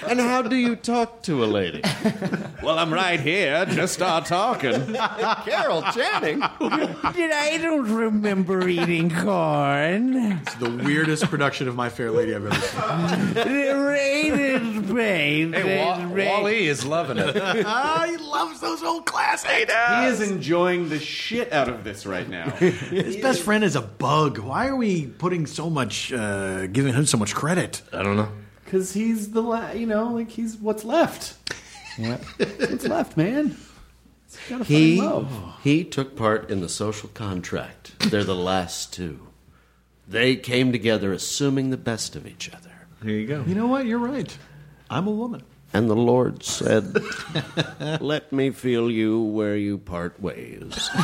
S2: And how do you talk to a lady?
S5: well, I'm right here. Just start talking.
S2: Carol Channing.
S4: Did I don't remember eating corn. It's the weirdest production of My Fair Lady I've ever seen.
S18: Rated babe.
S4: Wally
S5: is loving
S4: Ah, he loves those old classics.
S5: He is enjoying the shit out of this right now.
S4: His best friend is a bug. Why are we putting so much, uh, giving him so much credit? I don't know.
S5: Because he's the, la- you know, like he's what's left.
S2: What's
S5: left, man?
S2: He he took part in the social contract. They're the last two. They came together assuming the best of each other.
S4: Here you go. You know what? You're right. I'm a woman.
S2: And the Lord said, "Let me feel you where you part ways."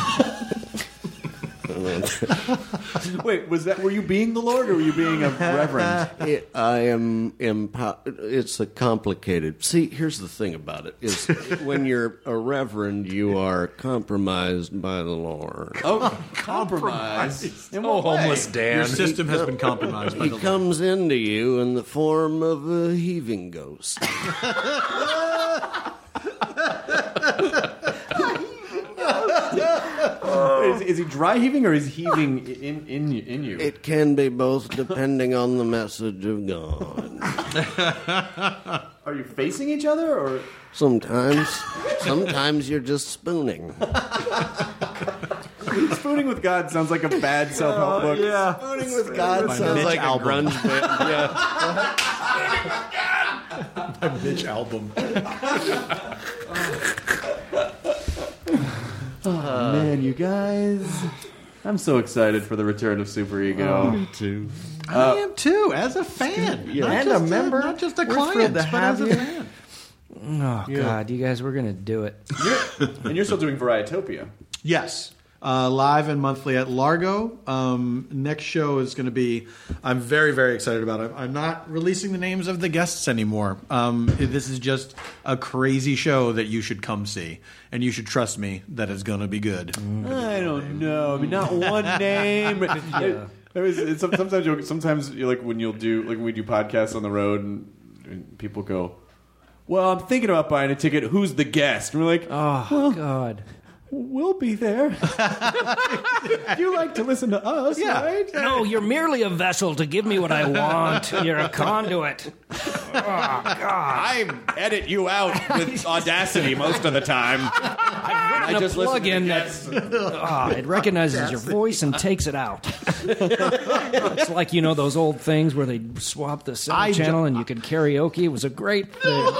S2: And then-
S5: Wait, was that were you being the Lord or were you being a reverend?
S2: It- I am impo- It's a complicated. See, here's the thing about it: is when you're a reverend, you are compromised by the Lord.
S5: Oh, compromise. Oh, In
S3: Oh,
S5: what way?
S2: He comes into you in the form of a heaving ghost.
S5: is, is he dry heaving or is heaving in in in you?
S2: It can be both, depending on the message of God.
S5: Are you facing each other or?
S2: Sometimes, sometimes you're just spooning.
S5: Spooning with God sounds like a bad self help book.
S2: yeah.
S5: Spooning
S2: with God By sounds Mitch like a Albom. grunge band.
S4: My bitch album.
S5: Oh, man, you guys. I'm so excited for the return of Super Ego.
S4: Oh, me
S5: too.
S4: I am too, as a fan.
S5: Yeah.
S4: Not
S5: And a
S4: just
S5: member.
S4: Not just a
S5: We're
S4: client,
S5: thrilled
S4: but
S5: to
S4: as
S5: have
S4: a
S5: you.
S4: fan.
S20: Oh, God, you guys, we're going to do it.
S5: and you're still doing Varietopia.
S4: Yes. Uh, live and monthly at Largo. Um, next show is going to be, I'm very, very excited about it. I'm not releasing the names of the guests anymore. Um, this is just a crazy show that you should come see. And you should trust me that it's going to be good.
S5: I don't know. I mean, not one name. There is- it's- sometimes, you'll, sometimes you're like when you'll do like when we do podcasts on the road, and, and people go, "Well, I'm thinking about buying a ticket. Who's the guest?" And we're like, "Oh
S20: God,
S5: we'll be there." you like to listen to us,
S20: Yeah.
S5: right?
S20: No, you're merely a vessel to give me what I want. You're a conduit. Oh,
S5: I edit you out with audacity most of the time.
S20: I
S5: just listen to
S20: plug-in
S5: the
S20: that
S5: guests.
S20: Ah, it recognizes your voice and takes it out. it's like you know those old things where they swap the sound
S3: I
S20: channel and you could karaoke. It was a great thing.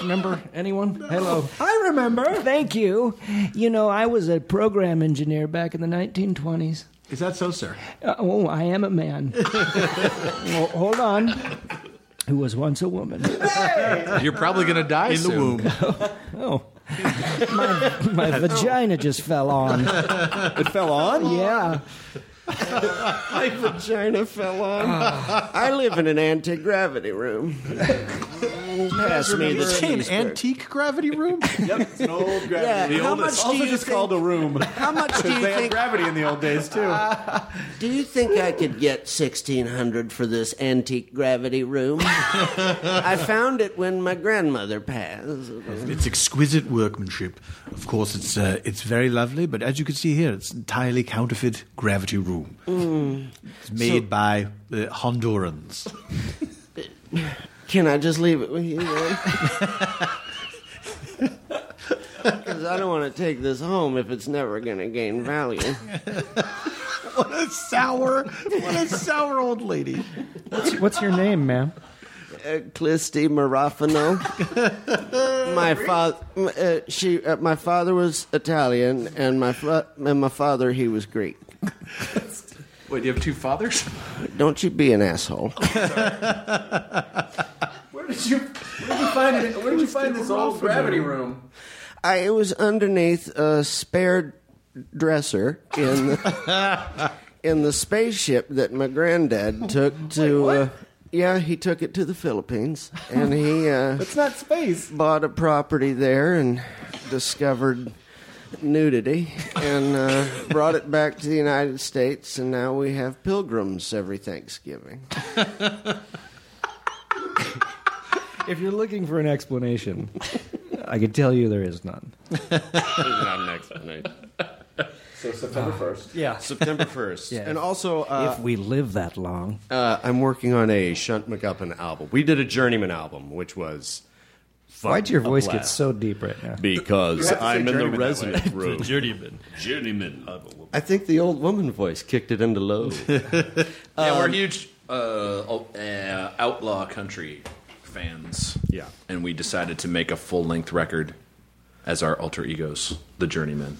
S20: Remember anyone? Hello.
S3: I remember.
S20: Thank you. You know, I was a program engineer back in the 1920s.
S4: Is that so, sir?
S20: Uh, oh, I am a man. Well, hold on. Who was once a woman.
S24: You're probably going to die
S20: In the
S24: soon.
S20: womb. oh. my my vagina just fell on.
S5: It fell on?
S20: Yeah.
S2: My vagina fell on. I live in an anti gravity room. Pass me the
S4: an
S2: cheeseburger.
S4: antique gravity room?
S5: yep, it's an old gravity
S2: Yeah,
S5: room.
S2: how much do
S5: also
S2: you
S5: just called a room. How
S2: much do you
S5: they had
S2: think-
S5: gravity in the old days, too.
S2: Do you think I could get sixteen hundred for this antique gravity room? I found it when my grandmother passed.
S4: It's exquisite workmanship. Of course, it's uh, it's very lovely, but as you can see here, it's entirely counterfeit gravity room.
S2: Mm.
S4: It's made
S2: So-
S4: by uh, Hondurans.
S2: Can I just leave it with you? Because I don't want to take this home if it's never going to gain value.
S4: what a sour, what a sour old lady.
S3: What's, what's your name, ma'am?
S2: Uh, Clisty Marafano. my father, uh, she, uh, my father was Italian, and my fa- and my father he was Greek.
S21: Wait, you have two fathers?
S2: Don't you be an asshole.
S21: Where did you where did you find it? Where did you find this old gravity room?
S2: I, it was underneath a spare dresser in the, in the spaceship that my granddad took to. uh, yeah, he took it to the Philippines, and he. Uh,
S5: it's not space.
S2: Bought a property there and discovered nudity, and uh, brought it back to the United States, and now we have pilgrims every Thanksgiving.
S20: If you're looking for an explanation, I could tell you there is none.
S2: not an explanation.
S5: So September 1st.
S2: Yeah. September 1st.
S20: Yeah.
S2: And also, uh,
S20: if we live that long,
S2: Uh, I'm working on a Shunt McGuppin album. We did a Journeyman album, which was. fun,
S20: why'd your
S2: a
S20: voice get
S2: blast.
S20: so deep right now?
S2: Because I'm in the resident room.
S17: Journeyman. Journeyman.
S2: I think the old woman voice kicked it into low.
S21: yeah, we're huge uh, uh, outlaw country fans.
S2: Yeah,
S21: and we decided to make a full length record as our alter egos, the Journeymen.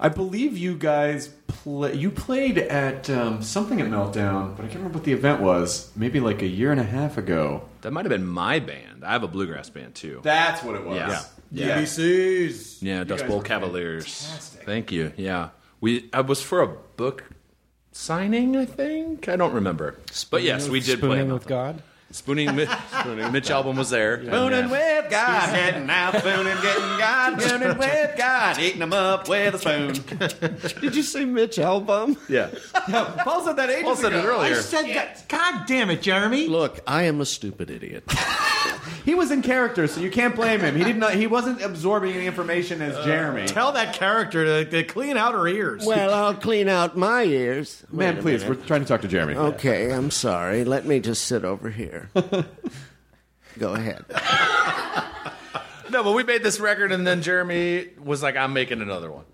S5: I believe you guys play. You played at um, something at Meltdown, but I can't remember what the event was. Maybe like a year and a half ago.
S21: That might have been my band. I have a bluegrass band too.
S5: That's what it was.
S21: Yeah.
S5: Yeah.
S21: Yeah.
S4: DBCs.
S21: Yeah,
S5: You
S21: Dust
S5: guys
S21: Bowl
S5: were
S21: Cavaliers. Thank you. Yeah, we. I was for a book signing. I think I don't remember, but yes, we did play.
S20: Spooning
S21: Spooning,
S20: with God.
S21: Spooning, Mi- Mitch album was there.
S24: Boon
S21: And,
S24: and
S21: uh,
S24: with God, heading out, boon and getting God, boon and with God, eating them up with a spoon.
S2: Did you say Mitch Album?
S21: Yeah.
S5: Paul said that ages
S24: Paul said it
S5: ago.
S24: earlier.
S4: I said that. God damn it, Jeremy.
S2: Look, I am a stupid idiot.
S5: He was in character, so you can't blame him. He did not. He wasn't absorbing any information
S24: Uh,
S5: as Jeremy.
S4: Tell that character to, to clean out her ears.
S2: well, I'll clean out my ears. Wait
S5: Man,
S2: a
S5: please,
S2: minute.
S5: we're trying to talk to Jeremy.
S2: Okay, I'm sorry. Let me just sit over here. Go ahead.
S21: No, but we made this record, and then Jeremy was like, "I'm making another one."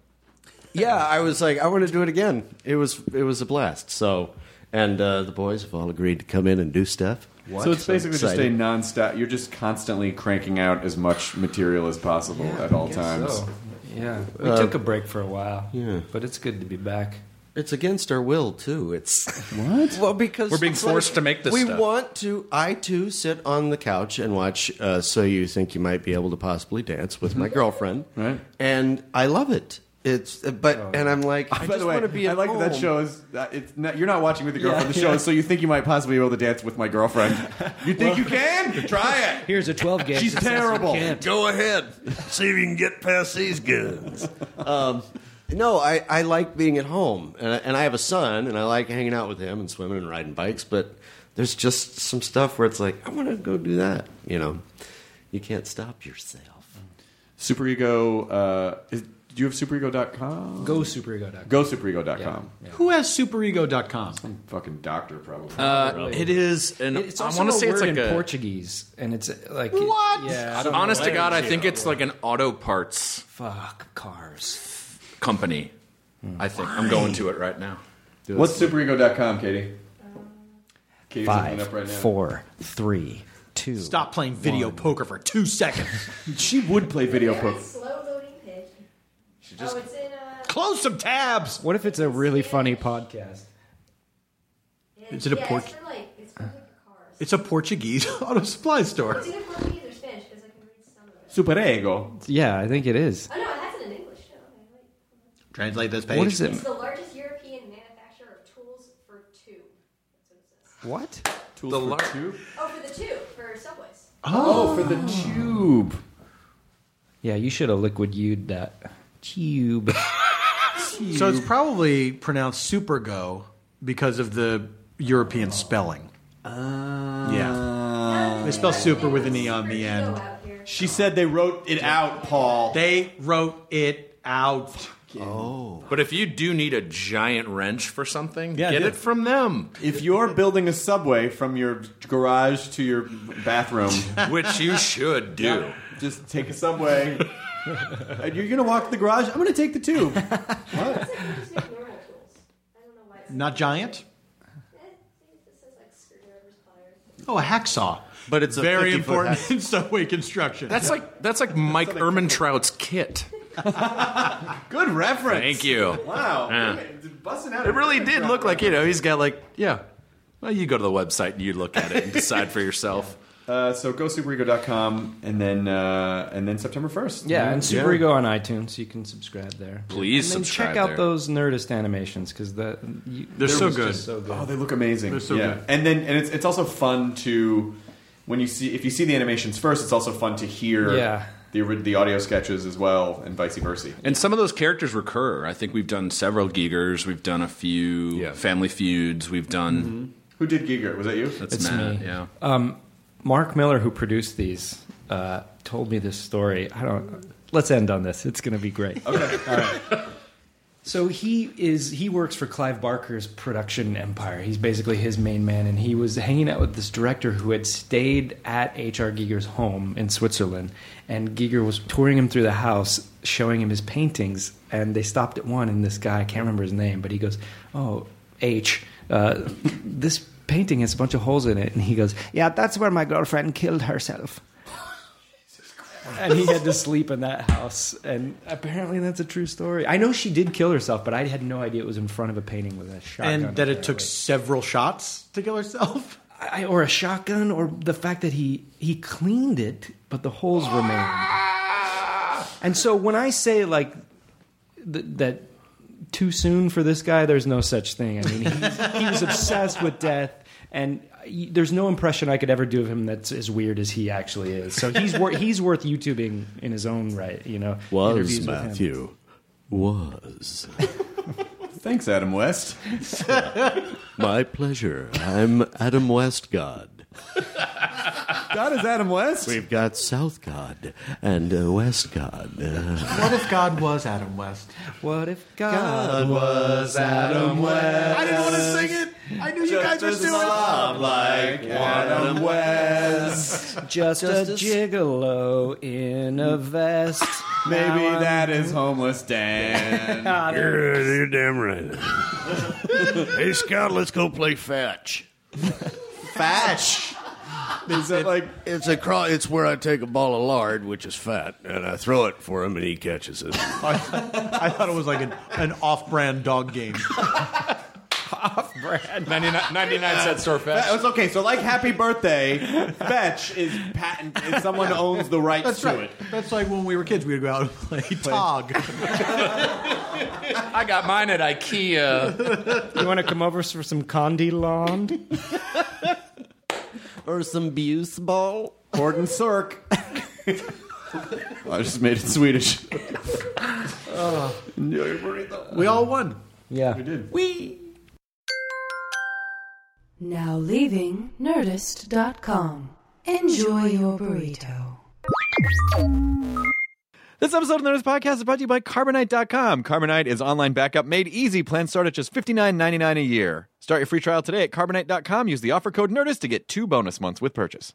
S2: Yeah, I was like, I want to do it again. It was it was a blast. So, and uh, the boys have all agreed to come in and do stuff.
S5: So it's basically just a
S2: excited.
S5: non-stop. You're just constantly cranking out as much material as possible at all times.
S20: Oh.
S3: So, yeah. We
S2: Uh,
S3: took a break for a while.
S2: Yeah.
S3: But it's good to be back.
S2: It's against our will too. It's what? Well, because
S21: We're being
S2: it's like,
S21: forced to make this
S2: We
S21: stuff.
S2: want to. I too sit on the couch and watch. Uh, so you think you might be able to possibly dance with my girlfriend, right? And I love it. It's uh, but and I'm like, I
S5: Oh. By
S2: just
S5: the way,
S2: want to be.
S5: I
S2: at
S5: like that
S2: home.
S5: show is that it's not, you're not watching with your girlfriend.
S2: Yeah,
S5: the show,
S2: yeah.
S5: is so you think you might possibly be able to dance with my girlfriend. You think you can? Try it.
S20: Here's a 12 gauge.
S5: She's
S20: that says you
S5: terrible.
S20: can't.
S19: Go ahead. See if you can get past these guns.
S2: um, no, I, I like being at home, and I, and I have a son, and I like hanging out with him and swimming and riding bikes. But there's just some stuff where it's like, I want to go do that. You know, you can't stop yourself.
S5: Superego. Uh, is, do you have superego.com?
S3: Go superego.com.
S5: Go superego.com.
S4: Who has superego.com?
S5: Some fucking doctor, probably.
S2: Uh,
S21: is, and
S3: it's
S21: I
S3: also
S21: wanna
S3: a
S21: say it's
S3: word
S21: like
S3: in
S21: a-
S3: Portuguese, and it's uh, like
S4: What?
S3: Yeah, I don't know
S21: Honest to
S3: why.
S21: God, I think it's like an auto parts
S3: fuck cars
S21: company. I think I'm going to it right now.
S5: What's superego.com, Katie? Katie's looking it
S20: Five,
S5: up right now.
S20: four, three, two.
S4: Stop playing video
S20: One.
S4: poker for two seconds.
S5: she would play video poker.
S25: Slow loading page. oh, it's in uh,
S4: Close some tabs.
S3: What if it's a really funny podcast?
S4: Is it a
S25: yeah,
S4: port-
S25: It's for like
S3: Uh.
S25: it's for like
S4: It's a Portuguese auto supply store.
S25: it's either Portuguese or Spanish because I can read some of it.
S5: Superego.
S3: Yeah, I think it is.
S25: Oh no, that's in an English show.
S24: Translate this
S3: What is it?
S25: It's the largest European manufacturer of tools for two.
S3: What?
S5: Tools the for two?
S25: Oh, for the two for subways.
S3: Oh,
S23: for the tube.
S3: Yeah, you should have liquid you'd that tube.
S4: So it's probably pronounced supergo because of the European spelling. yeah. They spell super with an E on the end.
S5: She said they wrote it out, Paul.
S4: They wrote it out.
S21: Oh. But if you do need a giant wrench for something, get
S5: do.
S21: it from them.
S5: If you're building a subway from your garage to your bathroom,
S21: Which you should do.
S5: Yeah, just take a subway. And you're gonna walk to the garage. I'm gonna take the tube.
S4: Not giant? Oh, a hacksaw.
S21: But it's a
S4: very
S21: 50-foot
S4: important
S21: hack-
S4: in subway construction.
S21: That's like that's like Mike Ermentrout's kit.
S5: Good reference.
S21: Thank you.
S5: Wow.
S21: Yeah.
S5: Busting out
S21: It
S5: a
S21: really
S5: different
S21: did look like you know he's got like yeah. Well, you go to the website and you look at it and decide for yourself.
S5: Uh, so go superego.com and then uh, and then September first.
S3: Yeah, and Super Ego on iTunes. You can subscribe there.
S5: Please
S3: and then
S5: subscribe
S3: Check out
S5: there.
S3: those Nerdist animations because the you,
S5: They're so
S3: was
S5: good.
S3: just so good.
S5: Oh, they look amazing.
S3: They're so
S5: yeah.
S3: good.
S5: And then and it's it's also fun to when you see if you see the animations first, it's also fun to hear
S3: Yeah.
S5: the ori- the audio sketches as well and vice versa.
S21: And some of those characters recur. I think we've done several Giegers. We've done a few Family Feuds. We've done.
S5: Who did Giger? Was that you?
S21: That's Matt. Yeah.
S3: Um, Mark Miller, who produced these, uh, told me this story. I don't. Let's end on this. It's going to be great. Okay. All right. So he is he works for Clive Barker's production empire. He's basically his main man, and he was hanging out with this director who had stayed at H.R. Giger's home in Switzerland, and Giger was touring him through the house, showing him his paintings, and they stopped at one, and this guy I can't remember his name, but he goes, "Oh, H, uh, this painting has a bunch of holes in it," and he goes, "Yeah, that's where my girlfriend killed herself." and he had to sleep in that house. And apparently, that's a true story. I know she did kill herself, but I had no idea it was in front of a painting with a shotgun.
S4: and that it took several shots to kill herself.
S3: I, or a shotgun, or the fact that he he cleaned it, but the holes remained. And so when I say like th- that. Too soon for this guy. There's no such thing. I mean, he's, he was obsessed with death, and y- there's no impression I could ever do of him that's as weird as he actually is. So he's wor- he's worth YouTubing in his own right. You know,
S19: Was
S3: interviews with him.
S19: Matthew. Was.
S5: Thanks, Adam West.
S19: My pleasure. I'm Adam West God.
S5: God is Adam West.
S19: We've got South God and uh, West God. Uh,
S4: What if God was Adam West?
S3: What if
S19: God was Adam West?
S4: I didn't want to sing it. I knew you guys would do it.
S5: like Adam West.
S3: Just, a, gigolo in a vest.
S5: Maybe that is homeless Dan.
S19: you're, you're damn right. hey, Scott, let's go play fetch.
S5: Fatch. Is that like
S19: It's a crawl. It's where I take a ball of lard, which is fat, and I throw it for him, and he catches it.
S4: Uh, I thought it was like an, an off-brand dog game.
S5: Brad?
S21: 99, 99 cent store fetch.
S5: That was okay. So, like Happy Birthday, Fetch is patent. and Someone owns the rights
S4: That's
S5: to
S4: right.
S5: it.
S4: That's like when we were kids, we'd go out and play tog.
S21: I got mine at IKEA.
S3: You want to come over for some Condi Land?
S19: or some Buse ball.
S5: Gordon Sork. I just made it Swedish.
S4: We all won.
S3: Yeah.
S5: We did.
S4: We.
S15: Now leaving Nerdist.com. Enjoy your burrito.
S5: This episode of the Nerdist Podcast is brought to you by Carbonite.com. Carbonite is online backup made easy. Plans start at just $59.99 a year. Start your free trial today at Carbonite.com. Use the offer code Nerdist to get two bonus months with purchase.